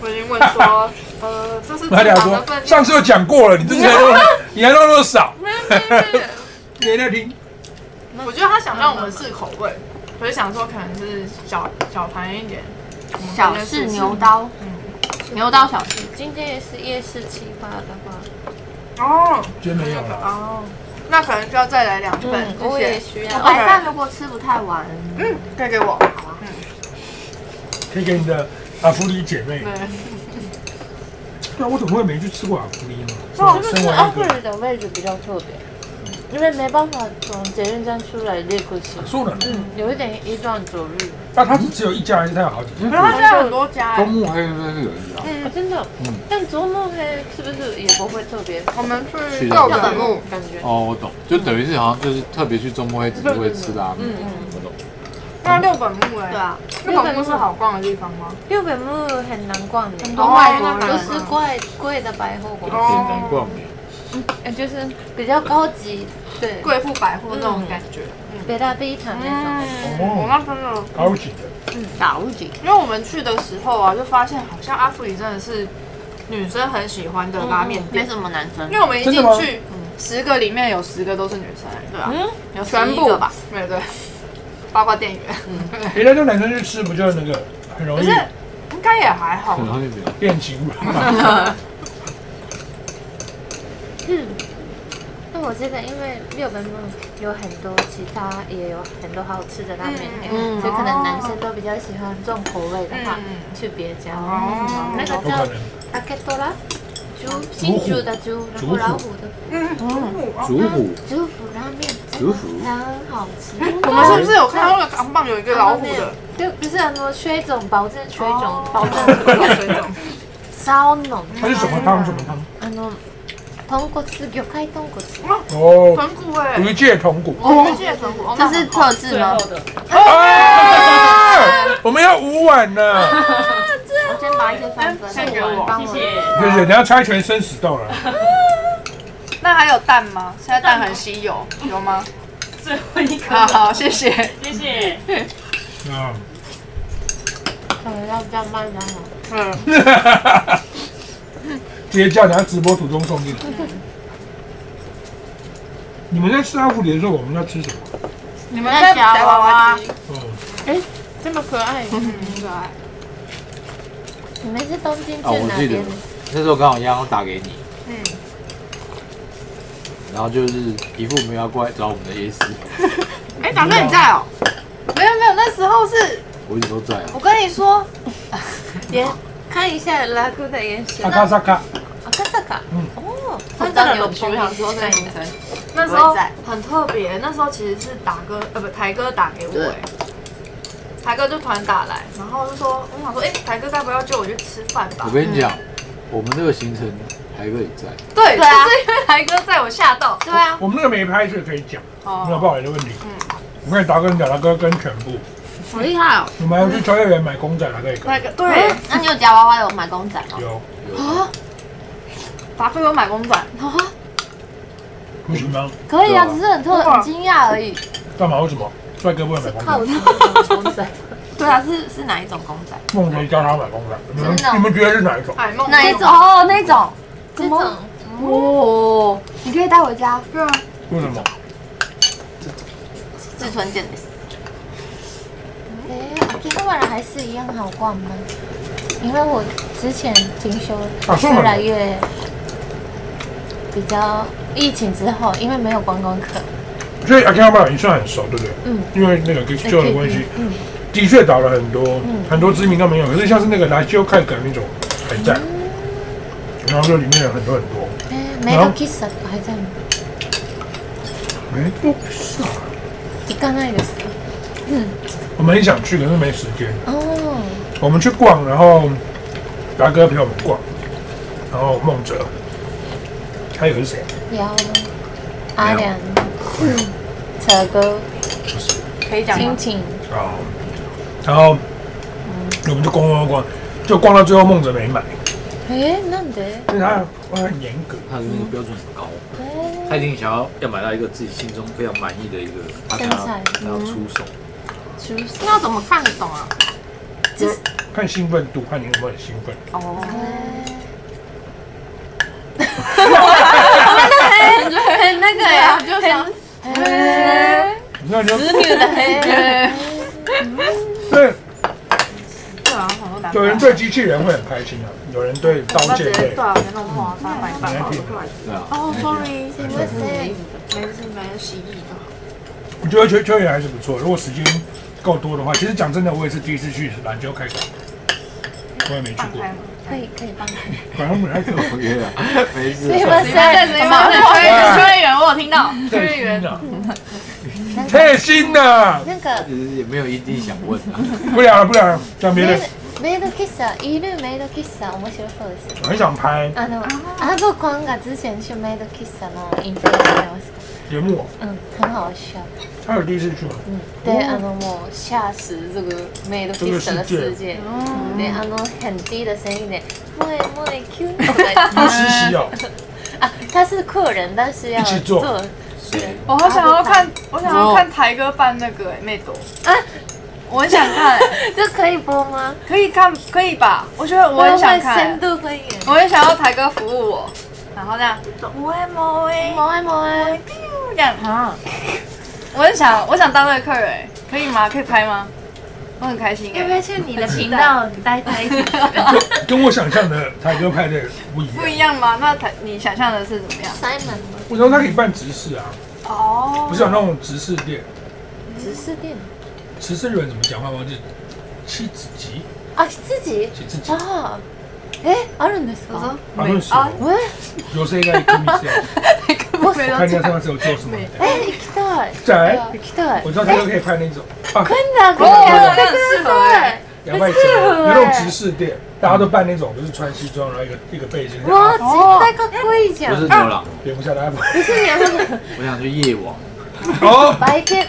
Speaker 4: 我已经问 说，呃，这是
Speaker 1: 他
Speaker 4: 正
Speaker 1: 俩
Speaker 4: 常的
Speaker 1: 说
Speaker 4: 分，量。
Speaker 1: 上次就讲过了，你这次还弄， 你还弄那么少，
Speaker 4: 没有没有没有
Speaker 1: 没在听。
Speaker 4: 我觉得他想让我们试口味，我就想说可能是小小盘一点，我们
Speaker 5: 小
Speaker 4: 可以试
Speaker 5: 试
Speaker 4: 试
Speaker 5: 牛。刀，
Speaker 4: 嗯
Speaker 5: 牛刀小试，
Speaker 6: 今天也是夜市计划的话，
Speaker 4: 哦，
Speaker 1: 觉得没有了，
Speaker 4: 哦，那可能就要再来两份，
Speaker 6: 嗯，我
Speaker 4: 谢
Speaker 6: 也
Speaker 4: 谢。
Speaker 6: 需要。
Speaker 5: 晚上如果吃不太完，
Speaker 4: 嗯，可以给我。
Speaker 1: 可以给你的阿芙丽姐妹
Speaker 4: 对。，
Speaker 1: 对啊，我怎么会没去吃过阿芙丽呢？
Speaker 6: 哦，就
Speaker 1: 身
Speaker 6: 是
Speaker 1: 为
Speaker 6: 阿
Speaker 1: 一
Speaker 6: 贵
Speaker 1: 个，
Speaker 6: 的位置比较特别，因为没办法从捷运站出来列过去，
Speaker 1: 说了，
Speaker 6: 嗯，有一点一段走路。
Speaker 1: 那啊他是只有一家还是他有好几家？
Speaker 4: 可是他现在很多家
Speaker 2: 周
Speaker 4: 哎，
Speaker 2: 末还有那个有人啊，
Speaker 6: 嗯，真的。但周末黑是不是也不会特别
Speaker 4: 我们去
Speaker 2: 去
Speaker 4: 六
Speaker 2: 日
Speaker 4: 本
Speaker 2: 本
Speaker 4: 路，
Speaker 6: 感觉？
Speaker 2: 哦，我懂，就等于是好像就是特别去周末会只会吃拉面，我懂。
Speaker 4: 那六本木哎，
Speaker 5: 对，啊，
Speaker 4: 六本木是好逛的地方吗？
Speaker 6: 六本木很难逛的，
Speaker 5: 多外国
Speaker 6: 都
Speaker 5: 人
Speaker 6: 是贵贵的百货公
Speaker 2: 有
Speaker 6: 司，
Speaker 2: 点难逛耶，
Speaker 6: 呃就是比较高级，对，
Speaker 4: 贵妇百货那种感觉。
Speaker 6: 北大第一堂那种。
Speaker 1: 嗯
Speaker 4: 我那真的，
Speaker 1: 好几的，
Speaker 5: 打五级，
Speaker 4: 因为我们去的时候啊，就发现好像阿芙里真的是女生很喜欢的拉面
Speaker 5: 没
Speaker 4: 店，
Speaker 5: 什么男生
Speaker 4: 因，为我们一
Speaker 1: 真的
Speaker 4: 进
Speaker 1: 吗
Speaker 4: 去，十个里面有十个都是女生，对吧？
Speaker 5: 有
Speaker 4: 全
Speaker 5: 11
Speaker 4: 部
Speaker 5: 个吧，？
Speaker 4: 对对，包括店员，
Speaker 1: 人家就男生去吃，不就那个很容
Speaker 4: 可
Speaker 1: 易
Speaker 4: 是应该也还好
Speaker 2: 很
Speaker 4: 吧。
Speaker 2: 容易没有。
Speaker 1: 变形 吧？
Speaker 4: 嗯
Speaker 6: 嗯那我记得，因为六本木有很多其他也有很多好吃的拉面店，
Speaker 5: 嗯
Speaker 6: 所以可能男生都比较喜欢重口味的话，去别家。
Speaker 4: 嗯
Speaker 6: 嗯
Speaker 4: 哦
Speaker 6: 那 个
Speaker 1: 有
Speaker 6: 叫
Speaker 1: 可能，
Speaker 6: 阿克多拉，猪新竹的猪，然后老虎的
Speaker 2: 竹虎，
Speaker 6: 竹虎拉面，
Speaker 2: 竹虎，
Speaker 6: 很好吃。
Speaker 4: 哎我们是不是有看到那个扛棒有一个老虎的？哦
Speaker 6: 就不是什么缺种，保证缺种，保证
Speaker 4: 水肿，
Speaker 6: 超浓。
Speaker 1: 它是什么汤？什么汤？
Speaker 6: あの豚骨魚介豚骨，
Speaker 1: 哦，
Speaker 4: 豚骨哎，
Speaker 1: 鱼介同骨。
Speaker 4: 我们记得豚骨，哦
Speaker 5: 这是特制
Speaker 8: 最
Speaker 5: 吗
Speaker 8: 后？的
Speaker 1: 啊！我们要五碗呢，
Speaker 5: 我先把一些翻分，
Speaker 4: 哎献给我。
Speaker 8: 谢谢。
Speaker 1: 对对，你要猜拳生死斗了。
Speaker 4: 那还有蛋吗？现在蛋很稀有，有吗？
Speaker 8: 最后一
Speaker 4: 好
Speaker 8: 颗，
Speaker 4: 好，谢谢。
Speaker 8: 谢谢。
Speaker 1: 啊，
Speaker 6: 可能要比较慢然后
Speaker 4: 嗯，
Speaker 1: 直接叫人家直播途中送进来。你们在吃阿芙里的时候，我们要吃什么？
Speaker 4: 你们在夹娃娃 机，
Speaker 1: 哦，
Speaker 6: 这么可爱，嗯，可爱。你们是东京
Speaker 2: 啊，
Speaker 6: 去
Speaker 2: 我
Speaker 6: 哪
Speaker 2: 记得
Speaker 6: 边的？
Speaker 2: 那时候刚好央央打给你，
Speaker 4: 嗯，
Speaker 2: 然后就是一副没有要过来找我们的意思，
Speaker 4: 哎，达哥你在哦？没有没有，那时候是
Speaker 2: 我一直都在啊。
Speaker 4: 我跟你 说，
Speaker 6: 看一下拉库的眼神
Speaker 1: 萨，卡萨卡，
Speaker 6: 阿卡萨卡，
Speaker 1: 嗯
Speaker 6: 哦，
Speaker 5: 他真的有朋友说对女生，
Speaker 4: 那时候
Speaker 5: 我也在
Speaker 4: 很特别，那时候其实是打哥呃不台哥打给我、
Speaker 5: 对
Speaker 4: 哎，台哥就突然打来，然后就说我想说，哎、台哥该不要叫我去吃饭吧
Speaker 2: 我？跟你讲，我们这个行程还可以在，
Speaker 4: 对，
Speaker 5: 对啊
Speaker 4: 就是因为台哥在我吓到，
Speaker 5: 对啊，
Speaker 1: 我们那个没拍摄可以讲，没有
Speaker 4: 哦，
Speaker 1: 爆雷的问题。我看达哥跟小达哥跟全部，
Speaker 4: 好厉害哦，
Speaker 1: 你们还去超越园买公仔，达哥也跟
Speaker 4: 那个对，
Speaker 5: 那你有夹娃娃有买公仔吗？
Speaker 1: 有，
Speaker 2: 有
Speaker 4: 达哥有买公仔，
Speaker 1: 不行吗？
Speaker 5: 可以啊，
Speaker 2: 对啊
Speaker 5: 只是很特很惊讶而已。
Speaker 1: 干嘛？为什么？帅哥不会买公
Speaker 6: 靠
Speaker 1: 仔，
Speaker 6: 近的公仔，
Speaker 5: 对啊，是是哪一种公仔？
Speaker 1: 梦谁教他买公仔？你们
Speaker 5: 真的哦
Speaker 1: 你们觉得是哪一种？
Speaker 4: 哎梦
Speaker 5: 哪一
Speaker 4: 梦
Speaker 5: 种？哦，那种。
Speaker 7: 这种
Speaker 5: 哦，你可以带回家。对啊，
Speaker 1: 为什么？
Speaker 5: 志村健的。
Speaker 6: 哎，我觉得未来还是一样好逛吗？因为我之前听说
Speaker 1: 啊是吗
Speaker 6: 越来越比较疫情之后，因为没有观光客，
Speaker 1: 所以阿 Ken 爸爸也算很熟，对不对？
Speaker 6: 嗯，
Speaker 1: 因为那个跟 Joe 的关系，
Speaker 6: 嗯，
Speaker 1: 的确打了很多、很多知名都没有，可是像是那个来修看梗那种还在，然后就里面有很多很多，
Speaker 6: 哎，没有 kiss 还在吗？
Speaker 1: 没多少。
Speaker 6: 一个那个
Speaker 1: 我们很想去，可是没时间。
Speaker 6: 哦，
Speaker 1: 我们去逛，然后达哥陪我们逛，然后孟哲，还有是谁？
Speaker 6: 有阿良，扯哥，
Speaker 1: 不是
Speaker 4: 可以讲吗
Speaker 6: 青？青，
Speaker 1: 啊。然后我们就逛逛逛，就逛到最后孟哲没买，
Speaker 6: 哎，なんで？
Speaker 1: 因为他他很严格。
Speaker 2: 他的那个标准很高，
Speaker 6: 哎，
Speaker 2: 他一定想要要买到一个自己心中非常满意的一个，他才要
Speaker 6: 身材
Speaker 2: 他要出手。
Speaker 6: 就是
Speaker 5: 那要怎么看得懂啊？
Speaker 1: 看兴奋度，看你有没有很兴奋。
Speaker 5: 哦，
Speaker 4: 哦
Speaker 6: 很那个呀，就想，哎，
Speaker 1: 你看你要
Speaker 6: 女的嘿，
Speaker 1: 对，
Speaker 4: 对啊，我想说达
Speaker 1: 有
Speaker 4: 哥
Speaker 1: 人对机器人会很开心啊，有人对刀
Speaker 4: 我直
Speaker 1: 剑
Speaker 4: 接
Speaker 1: 会
Speaker 4: 对。啊，没弄错啊，三百八，
Speaker 1: 没问题
Speaker 2: 对啊。
Speaker 4: 哦
Speaker 2: 那就
Speaker 4: ，sorry，
Speaker 6: 什么谁？
Speaker 4: 没事没事，洗衣的，
Speaker 1: 我觉得球球员还是不错，如果时间够多的话，其实讲真的，我也是第一次去篮球开馆，我也没去
Speaker 4: 放
Speaker 1: 过
Speaker 4: 开，吗？
Speaker 6: 可以可以帮你。
Speaker 1: 反正没来过。
Speaker 2: OK 啊，没事
Speaker 6: 你们
Speaker 2: 啊。
Speaker 4: 对，啊
Speaker 6: 谁？
Speaker 4: 谁吗？邱
Speaker 1: 对
Speaker 4: 邱员，我有听到，邱
Speaker 1: 太新
Speaker 4: 员，
Speaker 1: 了，太新了，
Speaker 6: なんか
Speaker 2: 其实也没有一定想问啊，
Speaker 1: 不聊了不聊了，讲别
Speaker 6: メイ
Speaker 1: 的。
Speaker 6: ドメイド喫茶いるメイド喫茶面白そうですね。
Speaker 1: 我很想拍
Speaker 6: あのアドコンが之前去メイド喫茶のインタビューしてました。
Speaker 1: 节目，
Speaker 6: 嗯，很好笑。
Speaker 1: 他有第一次去吗？
Speaker 6: 嗯，对，あのもう吓死这个メイド喫茶的世界。对，あの很低的声音で、もえもえキュンとか言って
Speaker 1: 不实习哦，
Speaker 6: 啊，他是客人，但是要
Speaker 1: 一起做
Speaker 2: 谁
Speaker 4: 哦我好想要看，我想要看台哥扮那个哎、妹朵啊，我很想 看、
Speaker 6: 这可以播吗？
Speaker 4: 可以看，可以吧？我觉得我很想看、
Speaker 6: 深度会员。
Speaker 4: 我也想要台哥服务我，然后这样，我爱我
Speaker 5: 欸
Speaker 4: 爱
Speaker 6: 萌哎萌哎，
Speaker 4: 这样啊，我很想，我想当那个客人、哎可以吗？可以拍吗？我很开心、哎
Speaker 6: 因为去你的频道待待一
Speaker 1: 跟跟我想象的台哥拍的不一
Speaker 4: 不
Speaker 1: 样。
Speaker 4: 一样吗？那台你想象的是怎么样？
Speaker 6: Simon
Speaker 1: 我说他可以办直视啊，
Speaker 4: 哦
Speaker 1: 不是有那种直视店，
Speaker 6: 直视店
Speaker 1: 直视日本怎么讲话忘记，七子集，
Speaker 6: 啊，自己
Speaker 1: 七子集，
Speaker 6: 啊，哎，あるんです
Speaker 4: 我
Speaker 6: か？
Speaker 4: 说
Speaker 1: 反正是
Speaker 4: 啊
Speaker 6: 喂，
Speaker 1: 有谁在看比赛？
Speaker 4: 我没
Speaker 1: 我
Speaker 4: 有
Speaker 1: 看一下上次有做什么。
Speaker 6: 哎，行きたい。
Speaker 1: 在，
Speaker 6: 行きたい。
Speaker 1: 我知道台哥可以拍那种啊，
Speaker 6: 真的可
Speaker 4: 哦，
Speaker 6: 以
Speaker 4: 那
Speaker 6: 啊。
Speaker 4: 很适合哎、
Speaker 1: 两百折，有那种直视店，大家都扮那种，就是穿西装，然后一个一个背心，
Speaker 6: 哇，絶対かっこいいじゃ
Speaker 2: 不
Speaker 6: ん。
Speaker 2: 是牛郎，
Speaker 1: 蝙不下来吗？
Speaker 2: 我想去夜王。
Speaker 1: 好，
Speaker 6: バイケ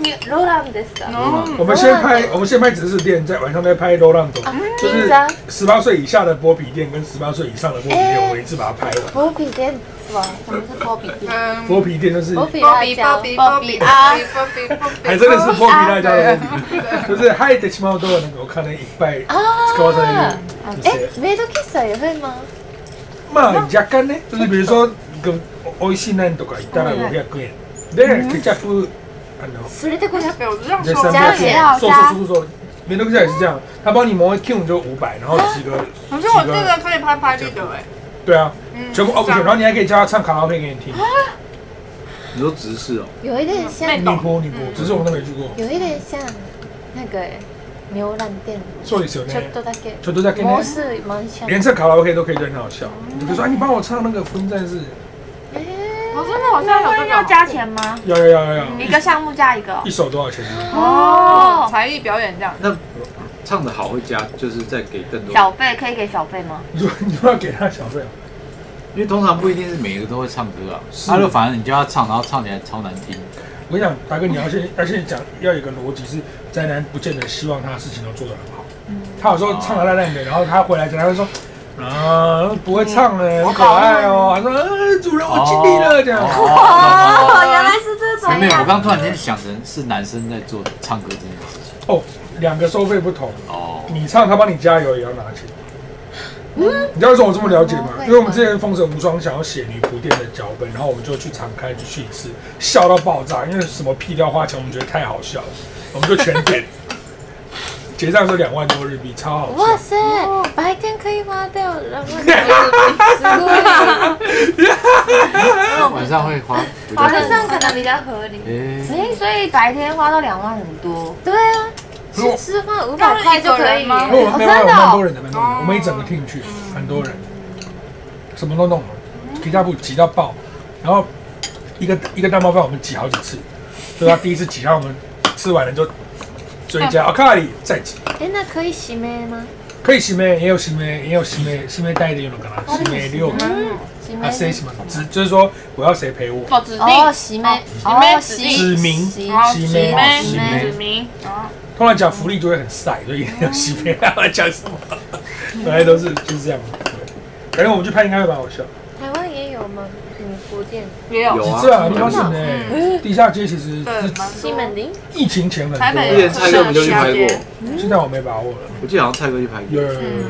Speaker 6: にロランですか？
Speaker 4: 嗯
Speaker 1: 我们先拍，我们先拍直视店，在晚上再拍流浪狗，
Speaker 5: 啊
Speaker 1: 就是
Speaker 6: 銀座
Speaker 1: 十八岁以下的波比店跟十八岁以上的波比店，我们一次把它拍完。
Speaker 6: ボビーで
Speaker 5: 吧？什么是波比店？
Speaker 4: 嗯，
Speaker 1: 剥皮店就是
Speaker 5: 波比
Speaker 4: 波
Speaker 5: 辣
Speaker 4: 比
Speaker 5: 椒
Speaker 4: 波，比
Speaker 5: 波
Speaker 4: 波
Speaker 5: 比
Speaker 4: 比
Speaker 5: 啊
Speaker 4: 啊，，波比波比，
Speaker 1: 还真的是剥皮辣椒的问题，就是嗨的起码都有那个我看了一拜，
Speaker 5: 啊
Speaker 1: 高
Speaker 5: 哎
Speaker 1: 在就是
Speaker 5: メイド喫茶也会吗？
Speaker 1: まあ若干ね、就是比如说一个
Speaker 5: 哦
Speaker 1: 啊美味しいなんとか言ったら五百円、で
Speaker 5: 嗯
Speaker 1: ケチャップあの
Speaker 7: それでこれ
Speaker 4: 不要让
Speaker 1: 这
Speaker 4: 手
Speaker 1: 三
Speaker 5: 加
Speaker 1: 百
Speaker 5: 也
Speaker 1: 件
Speaker 5: 要，
Speaker 1: 瘦
Speaker 5: 加
Speaker 1: 瘦瘦瘦瘦，美乐克夏也是这样，他帮你磨一 Q 就五百，然后几个，
Speaker 4: 可
Speaker 5: 嗯
Speaker 4: 是我
Speaker 1: 几
Speaker 4: 这个可以拍拍立得哎，
Speaker 1: 对啊，
Speaker 4: 嗯
Speaker 1: 全部 OK，然后你还可以叫他唱卡拉 OK 给你听，
Speaker 2: 你说直视哦，
Speaker 6: 有一点像，
Speaker 1: 尼泊尼泊，只是我们都没去过，
Speaker 6: 有一点像那个牛腩店，
Speaker 1: そうですよ
Speaker 6: ちょっ
Speaker 1: ね
Speaker 6: とだけ
Speaker 1: ちょっとだけ
Speaker 6: 模
Speaker 1: ね，
Speaker 6: 式蛮像。
Speaker 1: 连唱卡拉 OK 都可以，就很好笑。你就说，哎，你帮我唱那个《婚战士》，
Speaker 4: 我真的好像有这
Speaker 5: 要
Speaker 4: 个
Speaker 5: 加钱吗？
Speaker 1: 要要要要要，
Speaker 5: 一个项目加一个哦
Speaker 1: 一首多少钱？
Speaker 4: 哦，才艺表演这样，
Speaker 2: 那唱的好会加，就是再给更多，
Speaker 5: 小费，可以给小费吗？
Speaker 1: 你说你说要给他小费啊，
Speaker 2: 因为通常不一定是每个都会唱歌啊，
Speaker 1: 是
Speaker 2: 他就反正你叫他唱，然后唱起来超难听，
Speaker 1: 我跟你讲，大哥，你要先要先讲，要有一个逻辑是，宅男不见得希望他的事情都做得很好。他有时候唱的烂烂的，然后他回来讲，他会说啊不会唱哎，好可爱哦。他说啊主人
Speaker 2: 哦
Speaker 1: 我尽力了这样。
Speaker 2: 哇
Speaker 7: 原来是这
Speaker 2: 哎没
Speaker 7: 种
Speaker 2: 有，我
Speaker 7: 呀。
Speaker 2: 刚突然间想成是男生在做唱歌这件事情
Speaker 1: 哦，两个收费不同，
Speaker 2: 哦，
Speaker 1: 你唱他帮你加油也要拿钱。你知道为什么我这么了解吗？因为我们之前《封神无双》想要写女仆店的脚本，然后我们就去敞开就去一次，笑到爆炸，因为什么屁掉花钱，我们觉得太好笑了，我们就全点。结账是两万多日币，超好笑
Speaker 6: 哇。塞，白天可以吗？对，然后す
Speaker 2: 哦晚上会花，
Speaker 5: 晚上可能比较合理。
Speaker 2: 哎，
Speaker 5: 哎，所以白天花到两万很多，
Speaker 6: ごい。对啊，
Speaker 1: 如果
Speaker 6: 去吃饭五百块就可以耶。
Speaker 1: 因为我们
Speaker 6: 哦
Speaker 1: 那
Speaker 6: 真
Speaker 1: 边有蛮
Speaker 6: 的
Speaker 1: 多
Speaker 6: 哦，
Speaker 1: 人的，蛮多人的，我们一整个 team 去，很多人，什么都弄了，吉他部挤到爆，然后一个一个蛋包饭我们挤好几次，就他第一次挤，然后我们吃完了就追加阿卡里再挤，
Speaker 6: 哎，那可以洗面吗？
Speaker 1: 可以洗妹，也有洗妹，也有洗妹，洗妹带一点有干嘛？洗妹六，
Speaker 6: 洗
Speaker 1: 啊
Speaker 6: 面
Speaker 1: 谁什么？只就是说我要谁陪我，
Speaker 4: 哦，指
Speaker 6: 哦，洗面哦，洗
Speaker 1: 指名
Speaker 6: 洗
Speaker 1: 洗妹
Speaker 4: 妹
Speaker 1: 洗
Speaker 4: 指
Speaker 1: 妹，
Speaker 4: 名，
Speaker 1: 通常讲福利就会很晒，所以一定要洗妹，还要讲什么？本来都是就是这样，对感觉我们去拍应该会蛮好笑。
Speaker 6: 台湾也有吗？女仆店，
Speaker 4: 也有
Speaker 2: 有
Speaker 1: 几
Speaker 2: 啊
Speaker 1: 次啊，你要省哎，
Speaker 6: 嗯
Speaker 1: 地下街其实
Speaker 4: 对
Speaker 1: 是，
Speaker 4: 蛮
Speaker 6: 西
Speaker 4: 多。
Speaker 6: 门町。
Speaker 1: 疫情前很
Speaker 4: 台
Speaker 2: 之
Speaker 4: 北
Speaker 1: 多，
Speaker 2: 前
Speaker 4: 有
Speaker 2: 蔡哥不就去拍过？
Speaker 1: 现在我没把握了。
Speaker 2: 我记得好像蔡哥去拍
Speaker 1: 有
Speaker 2: 过，
Speaker 1: 有有有
Speaker 6: 嗯
Speaker 1: 有有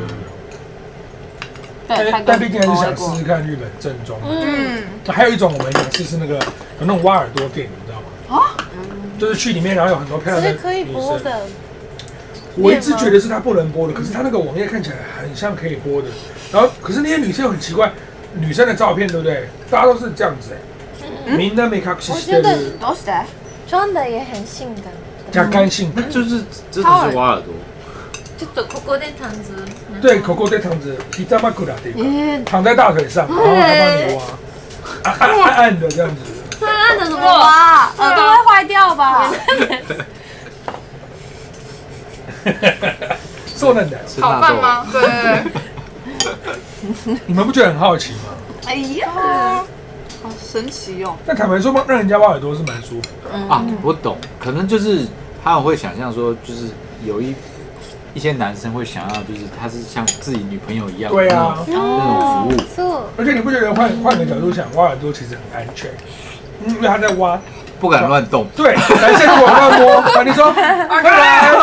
Speaker 5: 对，
Speaker 1: 但
Speaker 5: 泰国
Speaker 1: 但毕竟还是想试试看日本正宗。
Speaker 4: 嗯，
Speaker 1: 还有一种我们想试试那个有那种挖耳朵店，你知道吗？就是去里面，然后有很多漂亮
Speaker 6: 是
Speaker 1: 的
Speaker 6: 啊可以
Speaker 1: 女
Speaker 6: 播
Speaker 1: 生。
Speaker 6: 的，
Speaker 1: 我一直觉得是他不能播的，可是他那个网页看起来很像可以播的。然后，可是那些女生很奇怪，女生的照片对不对？大家都是这样子哎，みんなメイクアップして
Speaker 6: 嗯我觉得
Speaker 1: る、
Speaker 5: 都是谁？
Speaker 6: 装的也很性感。
Speaker 1: 加干性感。
Speaker 2: 就是真的是挖耳朵，
Speaker 6: ちょっとここで躺着。
Speaker 1: 对，狗狗在躺着，皮扎马库拉对吧？
Speaker 5: 耶，
Speaker 1: 躺在大腿上，然后还帮你挖，啊暗暗暗的这样子。
Speaker 5: 那怎么挖？耳朵会坏掉吧？
Speaker 1: 受难的，
Speaker 2: 吃
Speaker 4: 好
Speaker 2: 纳
Speaker 4: 饭
Speaker 2: 豆
Speaker 4: 吗？对对对，
Speaker 1: 你们不觉得很好奇吗？
Speaker 4: 哎呀，好神奇哦！
Speaker 1: 但坦白说，让人家挖耳朵是蛮舒服的。
Speaker 2: 啊，我懂，可能就是他们会想象说，就是有一一些男生会想要，就是他是像自己女朋友一样，
Speaker 1: 对啊，
Speaker 2: 那种服务，
Speaker 6: そう。
Speaker 1: 而且你不觉得换换个角度想，挖耳朵其实很安全，嗯因为他在挖。
Speaker 2: 不敢乱动。
Speaker 1: 对，男生如果乱摸，啊你 说快来，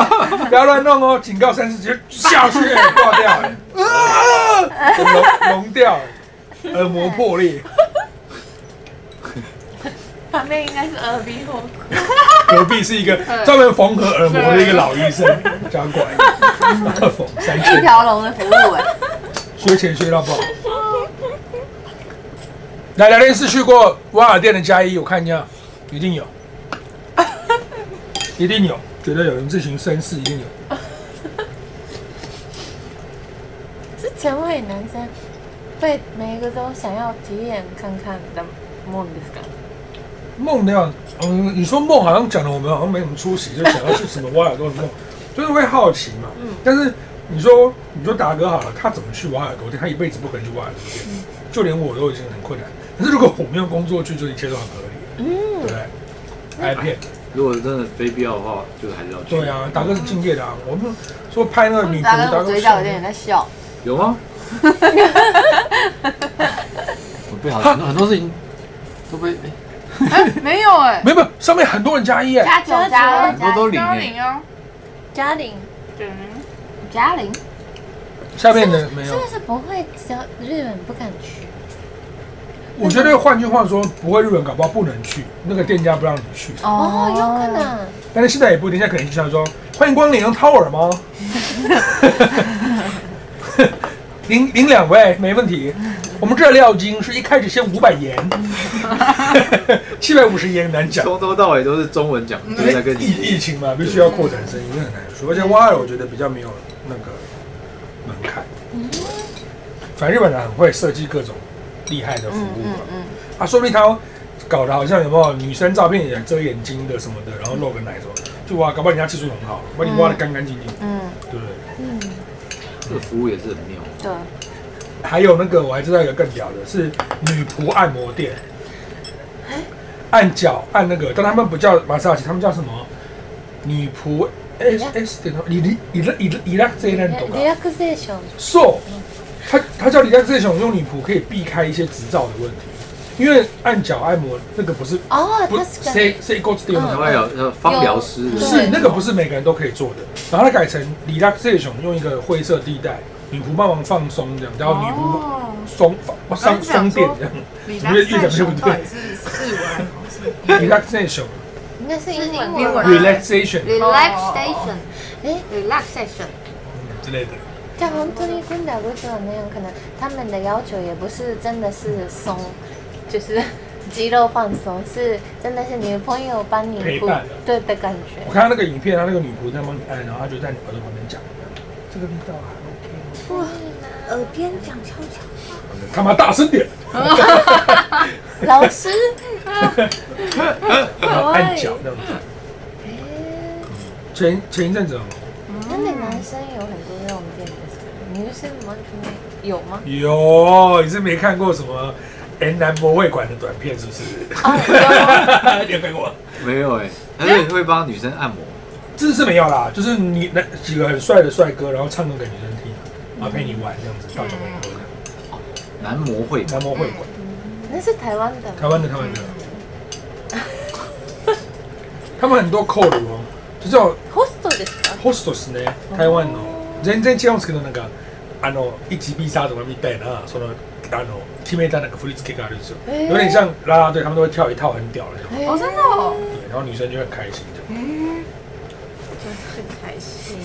Speaker 1: 不要乱弄哦，警告三次直接下去挂掉，哎啊，融融掉，哎耳膜破裂，
Speaker 5: 旁边应该是耳鼻喉。
Speaker 1: 隔壁是一个专门缝合耳膜的一个老医生， 讲过来，帮他缝三
Speaker 5: 一
Speaker 1: 圈，
Speaker 5: 条龙的服务哎，
Speaker 1: 学钱学到爆。来聊天室去过瓦尔店的加一，我看一下，一定有，一定有，觉得有人自行绅士，一定有。
Speaker 6: 是前卫男生会每一个都想要体验看看的梦ですか？
Speaker 1: 梦那样，嗯，你说梦好像讲的我们好像没什么出息，就想要去什么挖耳朵的梦，就是会好奇嘛。但是你说你说达哥好了，他怎么去挖耳朵店？他一辈子不可能去挖耳朵店，就连我都已经很困难。可是如果我没有工作去，就一切都很合理，嗯，对不对？拍片，
Speaker 2: 如果真的非必要的话，就还是要去。
Speaker 1: 对啊，达哥是敬业的啊。我们说拍那个女仆，
Speaker 5: 大
Speaker 1: 达哥
Speaker 5: 哥， 我嘴
Speaker 1: 笑
Speaker 5: 角有点在笑。
Speaker 2: 有吗？我准备好，很多很多事情都被哎
Speaker 4: 没有哎，
Speaker 1: 没有没有，上面很多人加一哎，
Speaker 5: 加九加二
Speaker 2: 很多
Speaker 5: 加
Speaker 2: 都领
Speaker 4: 嘉
Speaker 2: 哎
Speaker 4: 玲。啊，
Speaker 6: 嘉玲，
Speaker 4: 对，
Speaker 5: 加零，
Speaker 1: 下面的没有
Speaker 6: 是。不是不会只要日本不敢去？
Speaker 1: 我觉得换句话说，不会日本搞不好不能去，那个店家不让你去。
Speaker 6: 哦，有可能。
Speaker 1: 但是现在也不一定，现在可能就想说，欢迎光临掏耳吗？领领两位没问题，我们这料金是一开始先五百元，七百五十也很难讲。
Speaker 2: 从头到尾都是中文讲，就是在跟
Speaker 1: 疫疫
Speaker 2: 你
Speaker 1: 情嘛，必须要扩展生意，因为很难说。而且 Y 我觉得比较没有那个门槛。
Speaker 5: 嗯
Speaker 1: 反正日本人很会设计各种厉害的服
Speaker 5: 嗯
Speaker 1: 务嘛
Speaker 5: 嗯，嗯，
Speaker 1: 啊，说不定他搞得好像有没有女生照片也遮眼睛的什么的，然后露个奶什么，就挖，搞不好人家技术很好，把你挖的干干净净，
Speaker 5: 嗯，
Speaker 1: 对不对？
Speaker 2: 这个服务也是很妙。
Speaker 5: 对，
Speaker 1: 还有那个我还知道一个更屌的是女仆按摩店，哎按脚按那个，但他们不叫马萨奇，他们叫什么？女仆 S S 点头，你你你你你你那这一段懂吗啊
Speaker 6: リラクゼーション。
Speaker 1: ？So，他他叫李诞这种用女仆可以避开一些执照的问题，因为按脚按摩那个不是嗯
Speaker 6: 哦，
Speaker 1: 不
Speaker 6: 確かに。
Speaker 1: 谁谁 go 定的
Speaker 2: 另。外有呃芳疗师的，
Speaker 1: 是那个不是每个人都可以做的。然后它改成 relaxation，用一个灰色地带，女仆帮忙放松这样，然后女仆
Speaker 3: 哦，
Speaker 1: 松放松松电这样。
Speaker 3: 你
Speaker 1: 我觉得越讲越不
Speaker 3: 到底
Speaker 1: 对
Speaker 3: 是日文还是什么
Speaker 1: relaxation
Speaker 6: 应该是英文
Speaker 7: 英文
Speaker 6: 吧。
Speaker 1: relaxation
Speaker 7: relaxation，
Speaker 6: え、
Speaker 7: relaxation，
Speaker 1: 之类的。
Speaker 6: じゃあ本当に今度はごちゃ那样可能，他们的要求也不是真的是松，就是 肌肉放松，是真的是女朋友帮你
Speaker 1: 陪
Speaker 6: 顾
Speaker 1: 伴
Speaker 6: 对的感觉
Speaker 1: 我。看到那个影片，他那个女仆在帮你按，然后他就在你耳朵旁边讲，这个力道还 OK
Speaker 7: 耳边讲悄悄，
Speaker 1: 吗。他妈大声点，
Speaker 6: 老师，
Speaker 1: 然后按脚这样子。前前一阵子很哦红
Speaker 6: 真的男生有很多那种店的，女生完全没有吗？
Speaker 1: 有，你是没看过什么？n 南博会馆的短片是不是？ 你有看过？
Speaker 2: 没有哎，
Speaker 1: 嗯
Speaker 2: 但是会帮女生按摩，
Speaker 1: 这是没有啦，就是你那几个很帅的帅哥，然后唱歌给女生听，然后陪你玩这样子，倒酒给你喝这样。
Speaker 2: 男模会
Speaker 1: 南模会馆，
Speaker 6: 那是台湾的吗，
Speaker 1: 台湾的台湾的，他们很多 call 的哦，就叫
Speaker 6: ホストですか？
Speaker 1: hostess 呢，台湾哦の全然違うんですけどなんかあの啊一啊ビサードみたいなそのあの決めたなんか振り付けがあるんですよ，
Speaker 6: え
Speaker 1: 有点像啦啦队，他们都会跳一套很屌的那种，
Speaker 6: え
Speaker 4: 哦，真的哦，
Speaker 1: 对，然后女生就很开心这样。
Speaker 3: 很开心。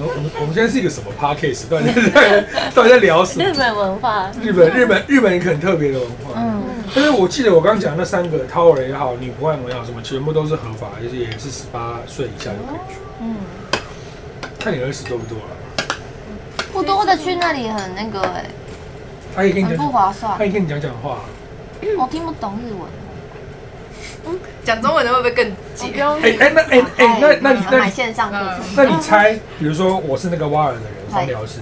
Speaker 1: 我们我们我们现在是一个什么 podcast？到底在到底在聊什么？
Speaker 6: 日本文化，
Speaker 1: 日本日本日本一个很特别的文化，嗯，但是我记得我刚讲那三个 Tower 也好，女仆按摩也好，什么全部都是合法，就是也是十八岁以下就可以去，嗯，看你儿时多啊不多了、
Speaker 5: 不多的去那里很那个哎，
Speaker 1: 他也跟你
Speaker 5: 很不
Speaker 1: 讲，
Speaker 5: 划
Speaker 1: 他
Speaker 5: 算，
Speaker 1: 也跟你讲讲话，
Speaker 5: 我听不懂日文。
Speaker 4: 讲中文哦的会不会更
Speaker 5: 我不
Speaker 4: 解？
Speaker 5: 用
Speaker 1: 哎哎那哎哎那那你那
Speaker 5: 买
Speaker 1: 你
Speaker 5: 线上课程，
Speaker 1: 那你猜，比如说我是那个挖耳的人，
Speaker 5: 嗨
Speaker 1: 芳疗师，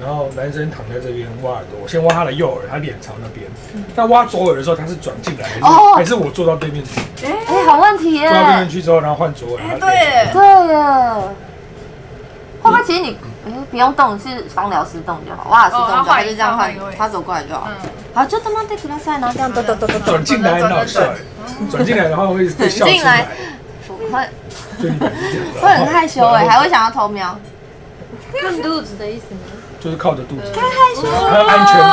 Speaker 1: 然后男生躺在这边挖耳朵，我先挖他的右耳，他脸朝那边，那挖左耳的时候他是转进来，还是
Speaker 5: 哦
Speaker 1: 还是我坐到对面去，
Speaker 5: 哎，好问题耶
Speaker 1: 坐，到对啊面去之后，然后换左耳，
Speaker 4: 哎，
Speaker 1: 然后脸朝
Speaker 4: 对，
Speaker 5: 对耶。会不会其实你哎不用动，是芳疗师动就好，哇，是动
Speaker 4: 哦
Speaker 5: 就
Speaker 4: 他
Speaker 5: 好，他
Speaker 4: 换
Speaker 5: 就这样
Speaker 4: 他换一
Speaker 5: 换
Speaker 4: 个位，置
Speaker 5: 他走过来就好
Speaker 4: 嗯。，
Speaker 5: 好，就他妈对给他塞，然后这样咚咚咚咚咚，
Speaker 1: 转进来很好笑欸，转进来然后会被笑出来，
Speaker 5: 会
Speaker 1: 就你们这样
Speaker 5: 会很害羞哎，还会想要偷瞄。
Speaker 6: 看肚子的意思吗？
Speaker 1: 就是靠着肚子，太害羞了，还有安全感，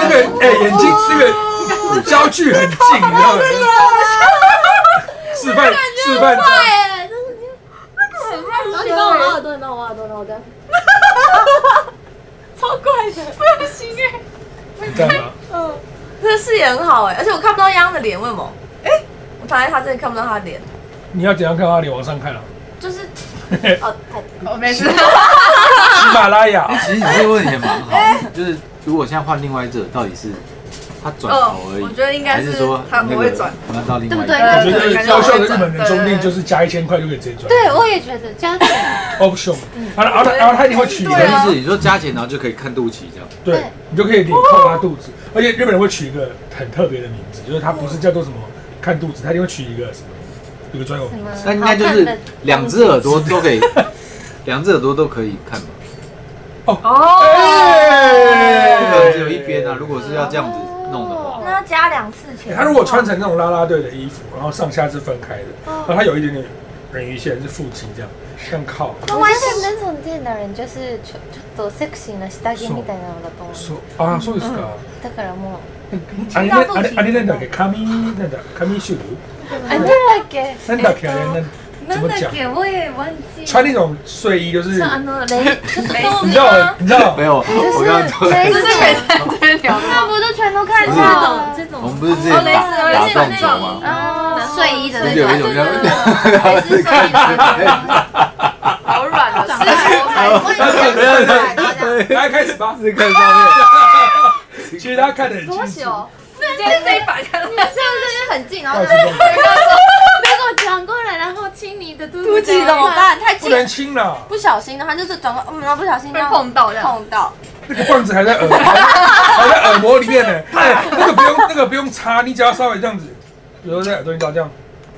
Speaker 1: 那个哎眼睛那个焦距很近，你知道吗？示范示范，
Speaker 6: 然后你帮我挖耳朵，你帮我挖耳朵，然后我这样。
Speaker 1: 这样吗？
Speaker 5: 这个视野很好哎、而且我看不到央的脸，为什么？哎、我躺在他这里看不到他的脸，
Speaker 1: 你要怎样看他脸往上看啊？
Speaker 5: 就是
Speaker 4: 我没事。
Speaker 1: 喜马拉雅
Speaker 2: 其实你这个问题也蛮好，就是如果现在换另外一者，到底是他转头而已，
Speaker 4: 嗯我觉得应该
Speaker 2: 还是
Speaker 4: 是
Speaker 2: 说
Speaker 4: 他不
Speaker 2: 那
Speaker 4: 会
Speaker 2: 个
Speaker 4: 转，
Speaker 2: 那到另外一
Speaker 6: 对
Speaker 1: 我
Speaker 6: 不
Speaker 1: 觉
Speaker 2: 个，
Speaker 1: 得优秀的日本人说不定就是加一千块就可以直接转
Speaker 6: 对，我也觉得这样子。
Speaker 1: option，然后然后然后他一定会取一
Speaker 2: 什
Speaker 1: 个
Speaker 2: 么意思？你说加钱然后就可以看肚脐这样，
Speaker 1: 对你就可以脸靠他肚子，而且日本人会取一个很特别的名字，就是他不是叫做什么看肚子，他一定会取一个什么有个专有名字，
Speaker 2: 那应该就是两只耳朵都可以，两只耳朵都可以看吧？
Speaker 1: 哎
Speaker 2: 不可能只有一边啊！如果是要这样子弄的话，
Speaker 5: 那要加两次
Speaker 1: 欸
Speaker 5: 钱。
Speaker 1: 他如果穿成那种啦啦队的衣服，然后上下是分开的，然后他有一点点人鱼线是腹肌这样，像靠。
Speaker 6: 我觉得那种店的人就是ちょちょっとセクシーな下着みたいなのだと思う。
Speaker 1: そうあそうですか。
Speaker 6: だからもう、
Speaker 1: あれあれあれなんだっけ髪なんだ髪シュー
Speaker 6: あなんだっけ、
Speaker 1: なんだっけあれなん怎么讲？
Speaker 6: 我也忘记
Speaker 1: 穿那种睡衣就是，
Speaker 6: あのレイ、ちょっと透
Speaker 1: 你
Speaker 6: 明
Speaker 1: 知道你知道
Speaker 2: 没有，我刚
Speaker 6: 就是
Speaker 2: 刚
Speaker 6: 蕾
Speaker 4: 这
Speaker 6: 丝
Speaker 4: 是，每天这边聊到，
Speaker 7: 不就全都看
Speaker 2: 不
Speaker 7: 到
Speaker 2: 是
Speaker 7: 了？
Speaker 6: 这种
Speaker 2: 我们不是之前打打撞球吗？
Speaker 7: 啊，
Speaker 5: 睡衣的
Speaker 2: 就
Speaker 5: 那
Speaker 2: 是有一
Speaker 5: 种，
Speaker 2: 种像，
Speaker 5: 是睡衣的那种。
Speaker 4: 好软啊，
Speaker 5: 是头发，所以
Speaker 2: 没有没
Speaker 5: 才大家
Speaker 2: 有，
Speaker 1: 大家开始吧。
Speaker 2: 是看上面。
Speaker 1: 其实他看得很清楚，
Speaker 4: 久？今天这一把看到
Speaker 5: 这样就是很近，然后
Speaker 1: 到
Speaker 5: 就
Speaker 1: 处都有
Speaker 7: 如果转过来，然后亲你的肚子，
Speaker 5: 不起怎么？办？太
Speaker 1: 不
Speaker 5: 近，
Speaker 1: 能亲了，
Speaker 5: 不小心的话就是转过，嗯，然后不小心这
Speaker 4: 被
Speaker 5: 样
Speaker 4: 碰到这样，
Speaker 5: 碰到，
Speaker 1: 那个棒子还在耳膜，还在耳膜里面呢。哎，那个不用那个不用擦，你只要稍微这样子，比如说在耳朵里打这样，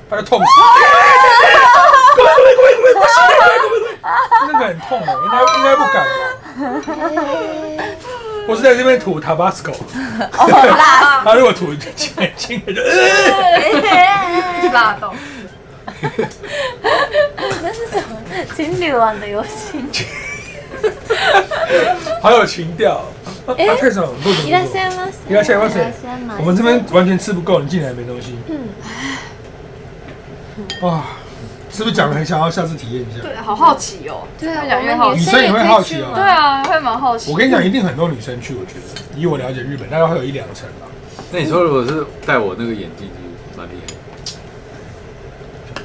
Speaker 1: 他就痛死。过来过来过来过来，不行，过来过来过来，那个很痛的，应该应该不敢吧？我是在这边吐 Tabasco，他如果吐轻轻的就，呃
Speaker 4: 辣到。
Speaker 6: 情侣玩的游戏。
Speaker 1: 好有情调。啊，太爽了，不怎
Speaker 6: いら
Speaker 1: 么
Speaker 6: っしゃいませ。
Speaker 1: いらっしゃいませ
Speaker 6: いらっしゃいませ
Speaker 1: 我们这边完全吃不够，你进来没东西。哇，是不是讲的很想要下次体验一下？
Speaker 4: 对，好好奇哦。
Speaker 6: 对啊，
Speaker 4: 越讲越
Speaker 6: 我
Speaker 4: 好
Speaker 6: 们
Speaker 1: 女
Speaker 6: 女
Speaker 1: 生
Speaker 6: 生
Speaker 1: 也
Speaker 6: 也
Speaker 1: 会
Speaker 6: 可
Speaker 1: 好
Speaker 6: 以
Speaker 1: 奇
Speaker 6: 去
Speaker 1: 啊
Speaker 4: 对
Speaker 6: 吗？
Speaker 4: 啊，会蛮好奇
Speaker 1: 我。跟你讲，一定很多女生去，我觉得，以我了解日本，大概会有一两成吧。
Speaker 2: 那你说如果是戴我那个眼镜，就是蛮厉害的，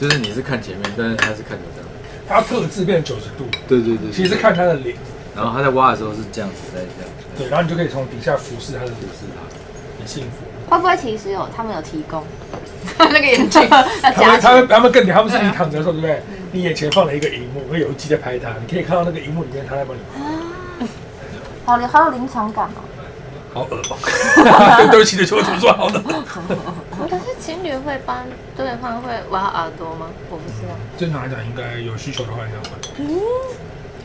Speaker 2: 就是你是看前面，但是他是看着这样。
Speaker 1: 他特制变九十度，
Speaker 2: 对对对，对
Speaker 1: 其实是看，他的脸，
Speaker 2: 然后他在挖的时候是这样子，在这样子，
Speaker 1: 对，然后你就可以从底下服侍他的脸
Speaker 2: 不，是他，
Speaker 1: 很幸福。
Speaker 5: 会不会其实有他们有提供
Speaker 4: 那个眼镜，
Speaker 5: 要
Speaker 1: 他们
Speaker 5: 加
Speaker 1: 他
Speaker 5: 钱？
Speaker 1: 们他们更屌，他们是你躺着的时候，对不对？你眼前放了一个荧幕，因为有一机在拍他，你可以看到那个荧幕里面他在帮你，
Speaker 5: 好，好有临场 感哦。
Speaker 1: 好恶哦。 对不起，对不起，我怎么做好 的？
Speaker 6: 可是情侣会帮对方会挖耳朵吗？我不知道，
Speaker 1: 正常来讲，应该有需求的话应该会。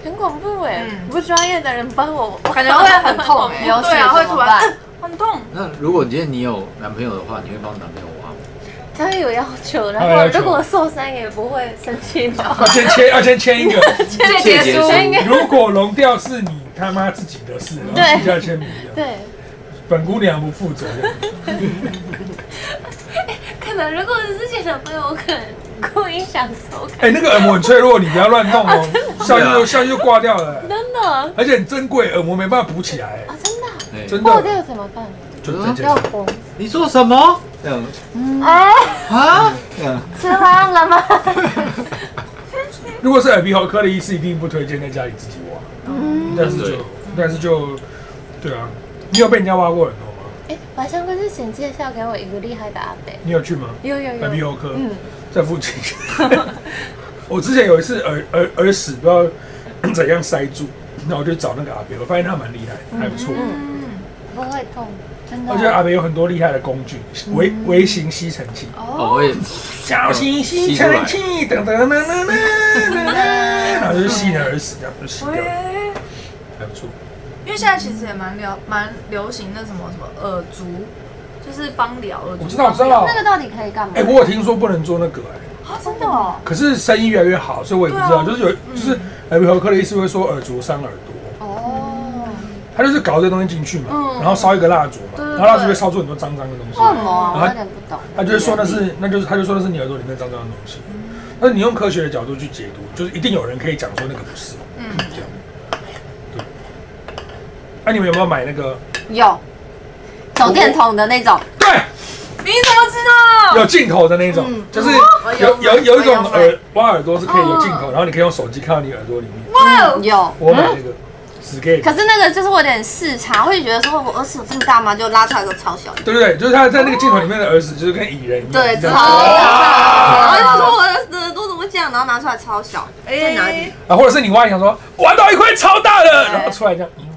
Speaker 6: 很恐怖哎
Speaker 4: 嗯！
Speaker 6: 不专业的人帮我，
Speaker 4: 感觉会很痛哎。
Speaker 5: 流血
Speaker 4: 对啊，会
Speaker 5: 怎
Speaker 4: 突
Speaker 5: 么
Speaker 4: 然
Speaker 5: 办？
Speaker 4: 呃很痛。
Speaker 2: 那如果今天你有男朋友的话，你会帮男朋友挖吗？
Speaker 6: 他有要求，然
Speaker 1: 他有要
Speaker 6: 后
Speaker 1: 求
Speaker 6: 如果受伤也不会生气的。
Speaker 1: 要先 签，要先签一个。
Speaker 2: 谢结束，
Speaker 1: 如果龙调是你他妈自己的事，然后
Speaker 6: 对
Speaker 1: 自己要签名的，
Speaker 6: 对，
Speaker 1: 本姑娘不负责任。
Speaker 6: 可能如果是自己的朋友，我可能故意想收，
Speaker 1: 哎、那个耳膜很脆弱，你不要 乱动
Speaker 6: 啊
Speaker 1: 哦，下去就下去就挂掉了。
Speaker 6: 真的啊，
Speaker 1: 而且很珍贵，耳膜没办法补起来，
Speaker 6: 真的啊，
Speaker 2: 哎
Speaker 1: 真
Speaker 6: 破
Speaker 1: 的
Speaker 6: 掉怎么办？
Speaker 1: 就真
Speaker 6: 哦要
Speaker 1: 的。
Speaker 6: 缝？
Speaker 2: 你说什么？这样
Speaker 6: 哎，
Speaker 2: 啊？这样
Speaker 6: 吃完了吗？
Speaker 1: 如果是耳鼻喉科的医师，一定不推荐在家里自己挖。
Speaker 6: 嗯
Speaker 1: 但是就
Speaker 2: 对
Speaker 1: 但是就对啊，你有被人家挖过耳朵吗？
Speaker 6: 哎，晚上不是请介绍给我一个厉害的阿伯？
Speaker 1: 你有去吗？
Speaker 6: 有有
Speaker 1: 耳鼻
Speaker 6: 有，
Speaker 1: 喉科，在附近。 我之前有一次耳耳耳屎不知道 怎样塞住，那我就找那个阿伯，我发现他蛮厉害，还不错。
Speaker 6: 不会痛，嗯真的哦嗯
Speaker 1: 而且阿北有很多厉害的工具，微微型吸尘器，
Speaker 2: 哦，我也
Speaker 1: 小型吸尘器，噔噔噔噔噔噔噔，然后就是吸你的耳屎，这样就吸
Speaker 6: 哦
Speaker 1: 掉了，
Speaker 4: 喂
Speaker 1: 还不错。
Speaker 4: 因为现在其实也蛮流蛮流行那什么什么耳足，就是芳疗耳足。
Speaker 1: 我知道，我知
Speaker 4: 呃
Speaker 1: 道
Speaker 5: 哦那。个到底可以干嘛
Speaker 1: 哎，？我有听说不能做那个，哎，
Speaker 4: 啊，真的哦。啊嗯
Speaker 1: 可是生意越来越好，所以我也不知道，就是有，就是耳鼻喉科的医师会说耳烛伤耳朵，
Speaker 5: 哦，
Speaker 1: 他就是搞这个东西进去
Speaker 4: 嗯
Speaker 1: 嘛，然后烧一个蜡烛嘛，然后蜡烛会烧出很多脏脏的东西
Speaker 5: 为。什么啊？
Speaker 1: 然
Speaker 5: 我
Speaker 1: 后
Speaker 5: 有点不懂。
Speaker 1: 他就是说那
Speaker 4: 嗯
Speaker 1: 是，那就是他就说那是你耳朵里面脏脏的东西。但是你用科学的角度去解读，就是一定有人可以讲说那个不是，嗯，这样。对。那、你们有没有买那个？
Speaker 5: 有手电筒的那种，
Speaker 1: 对，
Speaker 4: 你怎么知 道？
Speaker 1: 有镜头的那种，
Speaker 5: 嗯
Speaker 1: 就是
Speaker 5: 哦
Speaker 1: 哦有有有一种耳挖耳朵是可以有镜头，然后你可以用手机看到你耳朵里面。
Speaker 5: 嗯有。
Speaker 1: 我买那个，只给。
Speaker 5: 可是那个就是我有点视差，会觉得说我耳屎有这么大吗？就拉出来都超小的。
Speaker 1: 对不对？就是他在那个镜头里面的耳屎，就是跟蚁人一样。
Speaker 5: 对，
Speaker 1: 这
Speaker 5: 超
Speaker 1: 样
Speaker 5: 小。然后就说我的耳朵怎么这样，然后拿出来超小，在哪里？
Speaker 1: 啊，或者是你挖一想说挖到一块超大的，然后出来这样。
Speaker 5: 嗯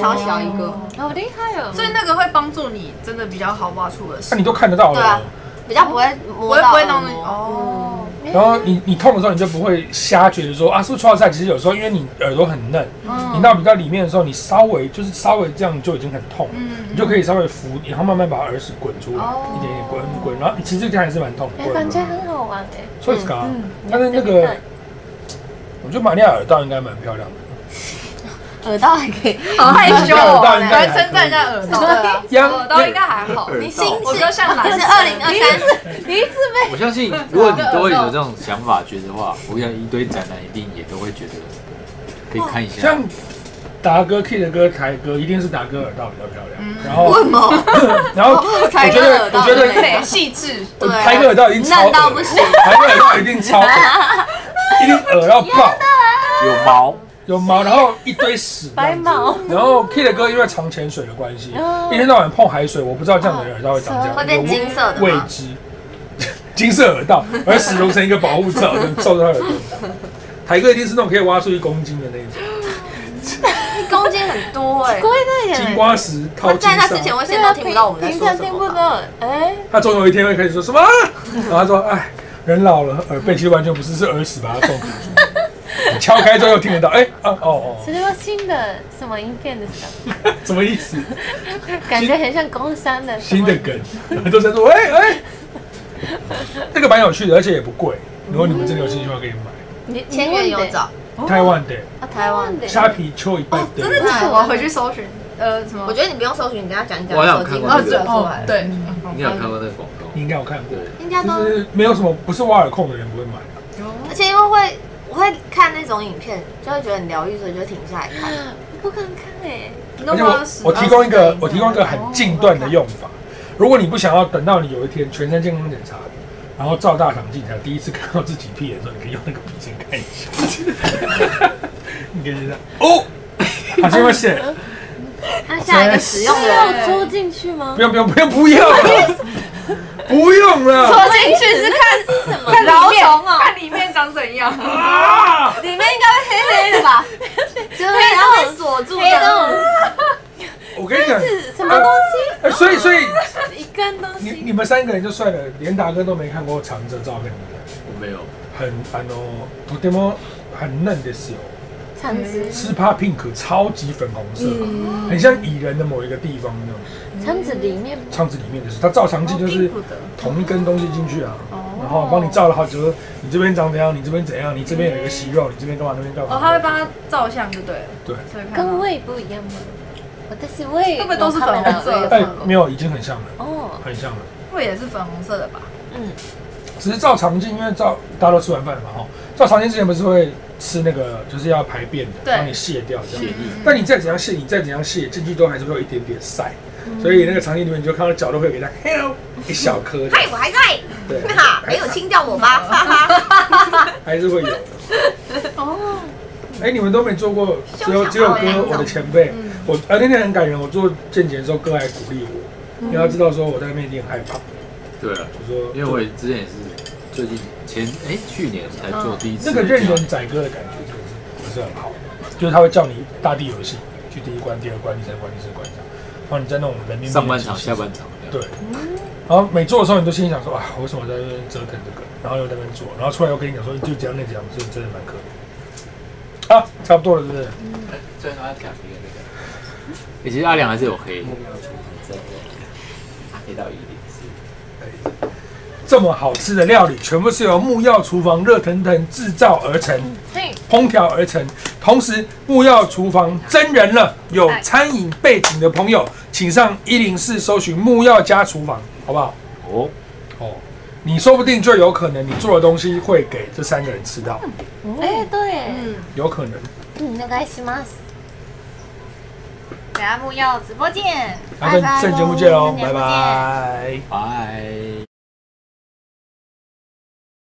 Speaker 5: 超小一个，
Speaker 6: 好厉害哦！
Speaker 4: 所以那个会帮助你，真的比较好挖出耳
Speaker 1: 那、
Speaker 4: 屎，
Speaker 1: 你都看得到
Speaker 5: 对啊
Speaker 1: 了。
Speaker 5: 比较不会
Speaker 4: 不
Speaker 5: 摸
Speaker 4: 会
Speaker 5: 到
Speaker 4: 不会
Speaker 5: 耳
Speaker 4: 弄
Speaker 5: 膜。
Speaker 4: 哦。
Speaker 6: 你
Speaker 1: 然后你你痛的时候，你就不会瞎觉得说啊，是不是川菜？其实有时候因为你耳朵很嫩，
Speaker 4: 嗯
Speaker 1: 你到比较里面的时候，你稍微就是稍微这样就已经很痛了，
Speaker 4: 嗯
Speaker 1: 你就可以稍微扶，然后慢慢把耳屎滚出来，一点一点滚滚，然后其实这样还是蛮痛的，
Speaker 6: 哎，感觉很好玩哎。
Speaker 1: 所
Speaker 4: 嗯
Speaker 1: 以是嘎，但是那个，我觉得玛利亚耳道应该蛮漂亮的，
Speaker 5: 耳道还可以，
Speaker 4: 好害羞哦，
Speaker 1: 耳道应该还
Speaker 4: 来
Speaker 1: 可以
Speaker 4: 称赞人家耳朵，
Speaker 1: 央
Speaker 4: 耳朵应该还好。
Speaker 2: 耳
Speaker 5: 啊你心
Speaker 2: 道
Speaker 4: 我
Speaker 5: 是
Speaker 4: 就像男
Speaker 5: 是
Speaker 4: 生
Speaker 5: 二零二三，
Speaker 2: 我相信，如 果你都会有这种想法觉得话，我想一堆宅男一定也都会觉得可以看一下
Speaker 1: 像。达哥 K 的歌、台歌，一定是达哥耳道比较漂
Speaker 4: 嗯
Speaker 1: 亮。然 后
Speaker 5: 为什么？
Speaker 1: 然后
Speaker 4: 哦
Speaker 1: 我
Speaker 5: 台
Speaker 1: 觉
Speaker 5: 哥
Speaker 1: 得
Speaker 5: 耳
Speaker 1: 我
Speaker 5: 道
Speaker 1: 觉得
Speaker 5: 对
Speaker 4: 对细致，
Speaker 1: 我
Speaker 5: 对啊
Speaker 1: 台哥耳道已经超恶
Speaker 5: 嫩到
Speaker 1: 了
Speaker 5: 不行
Speaker 1: 台哥耳道一定超恶， 一定耳到爆，
Speaker 2: 有毛，
Speaker 1: 有毛，然后一堆屎，
Speaker 6: 白毛。
Speaker 1: 然后 K 的歌因为常潜水的关系，一天到晚碰海水，我不知道这样的人耳道会长这样，
Speaker 5: 哦会变金色的
Speaker 1: 未
Speaker 5: 吗？
Speaker 1: 知， 金色耳道，而始终成一个保护罩，就罩在他耳 朵。台哥一定是那种可以挖出一公斤的那一种，
Speaker 5: 公斤很多哎，
Speaker 1: 金瓜石套
Speaker 5: 他
Speaker 1: 金
Speaker 5: 在那之
Speaker 1: 沙
Speaker 5: 前，会先都听不到我们在
Speaker 6: 平
Speaker 5: 说
Speaker 6: 常
Speaker 5: 什
Speaker 6: 听
Speaker 5: 么
Speaker 6: 不
Speaker 5: 吧。
Speaker 6: 到，哎，
Speaker 1: 他总有一天会开始说什么，然后他说：“哎，人老了，耳背其实完全不是，是耳屎把它送出去。”敲开之后又听得到，哎、啊哦
Speaker 6: 这是新的什么影片的时候，
Speaker 1: 哦，什么意思？
Speaker 6: 感觉很像工商的什
Speaker 1: 新
Speaker 6: 么
Speaker 1: 的梗，都在说，喂、哎、这个蛮有趣的，而且也不贵。如果你们真的有兴趣的话，可以买。
Speaker 6: 你你
Speaker 5: 千元有
Speaker 6: 问的
Speaker 5: 找，
Speaker 1: 台湾的
Speaker 6: 啊，台湾的
Speaker 1: 虾皮秋一半
Speaker 5: 哦
Speaker 1: 的，
Speaker 4: 哦真的假的？我回去搜寻，呃，什么啊
Speaker 5: 我？觉得你不用搜寻，你等一下讲一讲，
Speaker 2: 我好像
Speaker 5: 手机
Speaker 2: 有看过
Speaker 5: 光
Speaker 2: 这
Speaker 5: 折
Speaker 2: 个
Speaker 5: 出来了。
Speaker 4: 对，嗯
Speaker 2: 你有看过那个广告
Speaker 1: 你？应该有看过
Speaker 2: 对。，
Speaker 5: 应该
Speaker 1: 就
Speaker 5: 都
Speaker 1: 是没有什么不是挖耳控的人不会买。啊
Speaker 5: 而且因为会我会看那种影片，就会觉得很疗愈，所以就停下来看。
Speaker 6: 不敢看哎，
Speaker 1: 而且我我提供一个我提供一个很近段的用法，如果你不想要等到你有一天全身健康检查，然后照大肠镜才第一次看到自己屁眼的时候，你可以用那个笔先看一 下。你可以这样哦，好像会写，
Speaker 5: 那下一个使用
Speaker 6: 是
Speaker 5: 的
Speaker 6: 要戳进去吗
Speaker 1: 不？用不用不用不用了，不用了
Speaker 4: 我进去是看什么？看
Speaker 5: 饶
Speaker 4: 里面
Speaker 5: 虫 哦，
Speaker 4: 看里面长怎样。
Speaker 1: 啊！
Speaker 5: 里面应该会黑黑的吧？ 就是会被锁住
Speaker 6: 黑
Speaker 5: 的。
Speaker 6: 洞
Speaker 1: 啊我跟你讲，
Speaker 6: 是什么东西？
Speaker 1: 呃所以所以
Speaker 6: 一根东
Speaker 1: 你
Speaker 6: 西，
Speaker 1: 你们三个人就算了，连达哥都没看过长泽照片，
Speaker 2: 我没有，
Speaker 1: 很あのとても很嫩ですよ。
Speaker 6: 长子，
Speaker 1: 斯帕 pink 超级粉红色，
Speaker 4: 嗯
Speaker 1: 很像蚁人的某一个地方那种
Speaker 6: 肠子里面
Speaker 1: 肠子里面的事。它照肠镜 就是
Speaker 4: 哦
Speaker 1: 同一根东西进去啊，然后帮你照了好久，你这边长怎样，你这边怎样，你这边有一个息肉，你这边干嘛，那边干
Speaker 4: 哦，他会
Speaker 1: 嘛。
Speaker 4: 帮他照相就对了。
Speaker 1: 对，
Speaker 4: 所以看
Speaker 6: 跟
Speaker 4: 到
Speaker 6: 胃不一样吗？我的是胃，
Speaker 4: 嗯会不会都是粉红色的
Speaker 1: 哎，没有，已经很像了，
Speaker 6: 哦，
Speaker 1: 很像了。
Speaker 4: 会也是粉红色的吧？
Speaker 1: 只是照肠镜，因为照大家都吃完饭嘛，哈，照肠镜之前不是会吃那个，就是要排便的，
Speaker 4: 对
Speaker 1: 帮你卸掉这样
Speaker 2: 谢。意。
Speaker 1: 但你再怎样卸，你再怎样卸进去都还是会有一点点塞，
Speaker 5: 嗯
Speaker 1: 所以那个肠镜里面你就看到角落会给它 hello 一小颗这样。
Speaker 5: 嗨，我还在，
Speaker 1: 对，
Speaker 5: 哈，没有清掉我吧？哈哈。
Speaker 1: 还是会有的。哦，哎，你们都没做过，只有只有
Speaker 5: 哎
Speaker 1: 哥，我的前辈，
Speaker 5: 嗯
Speaker 1: 我啊那天很感人，我做健检的时候，哥还鼓励我，
Speaker 5: 嗯
Speaker 1: 因为他知道说我在那边一定很害怕，
Speaker 2: 对啊了，
Speaker 1: 就说
Speaker 2: 因为我也之前也是最近前哎去年才做第一次
Speaker 1: 那个认人宰割的感觉就是不是很好，就是他会叫你大地游戏，去第一关、第二关、第三关、第四关这样，然后你在那种人面
Speaker 2: 上半场、
Speaker 1: 前
Speaker 2: 下半场这样
Speaker 1: 对，然后每做的时候，你都心里想说啊，我为什么在那边折腾这个？然后又在那边做，然后出来又跟你讲说，你就这样那这样，所以真的蛮可怜。啊，差不多了，是不是？
Speaker 2: 哎虽然说阿良黑了这个，哎其实阿良还是有黑，黑到一点四。
Speaker 1: 这么好吃的料理，全部是由木曜厨房热腾腾制造而成，烹调而成。同时，木曜厨房真人了，有餐饮背景的朋友，请上一零四搜寻木曜家厨房，好不好？
Speaker 2: 哦，
Speaker 1: 哦，你说不定就有可能你做的东西会给这三个人吃到，
Speaker 6: 哎，对，
Speaker 1: 有可能。
Speaker 6: 嗯，お願いします。
Speaker 5: 等下木曜直播见，
Speaker 1: 那正正节目见喽，拜拜。
Speaker 2: 拜。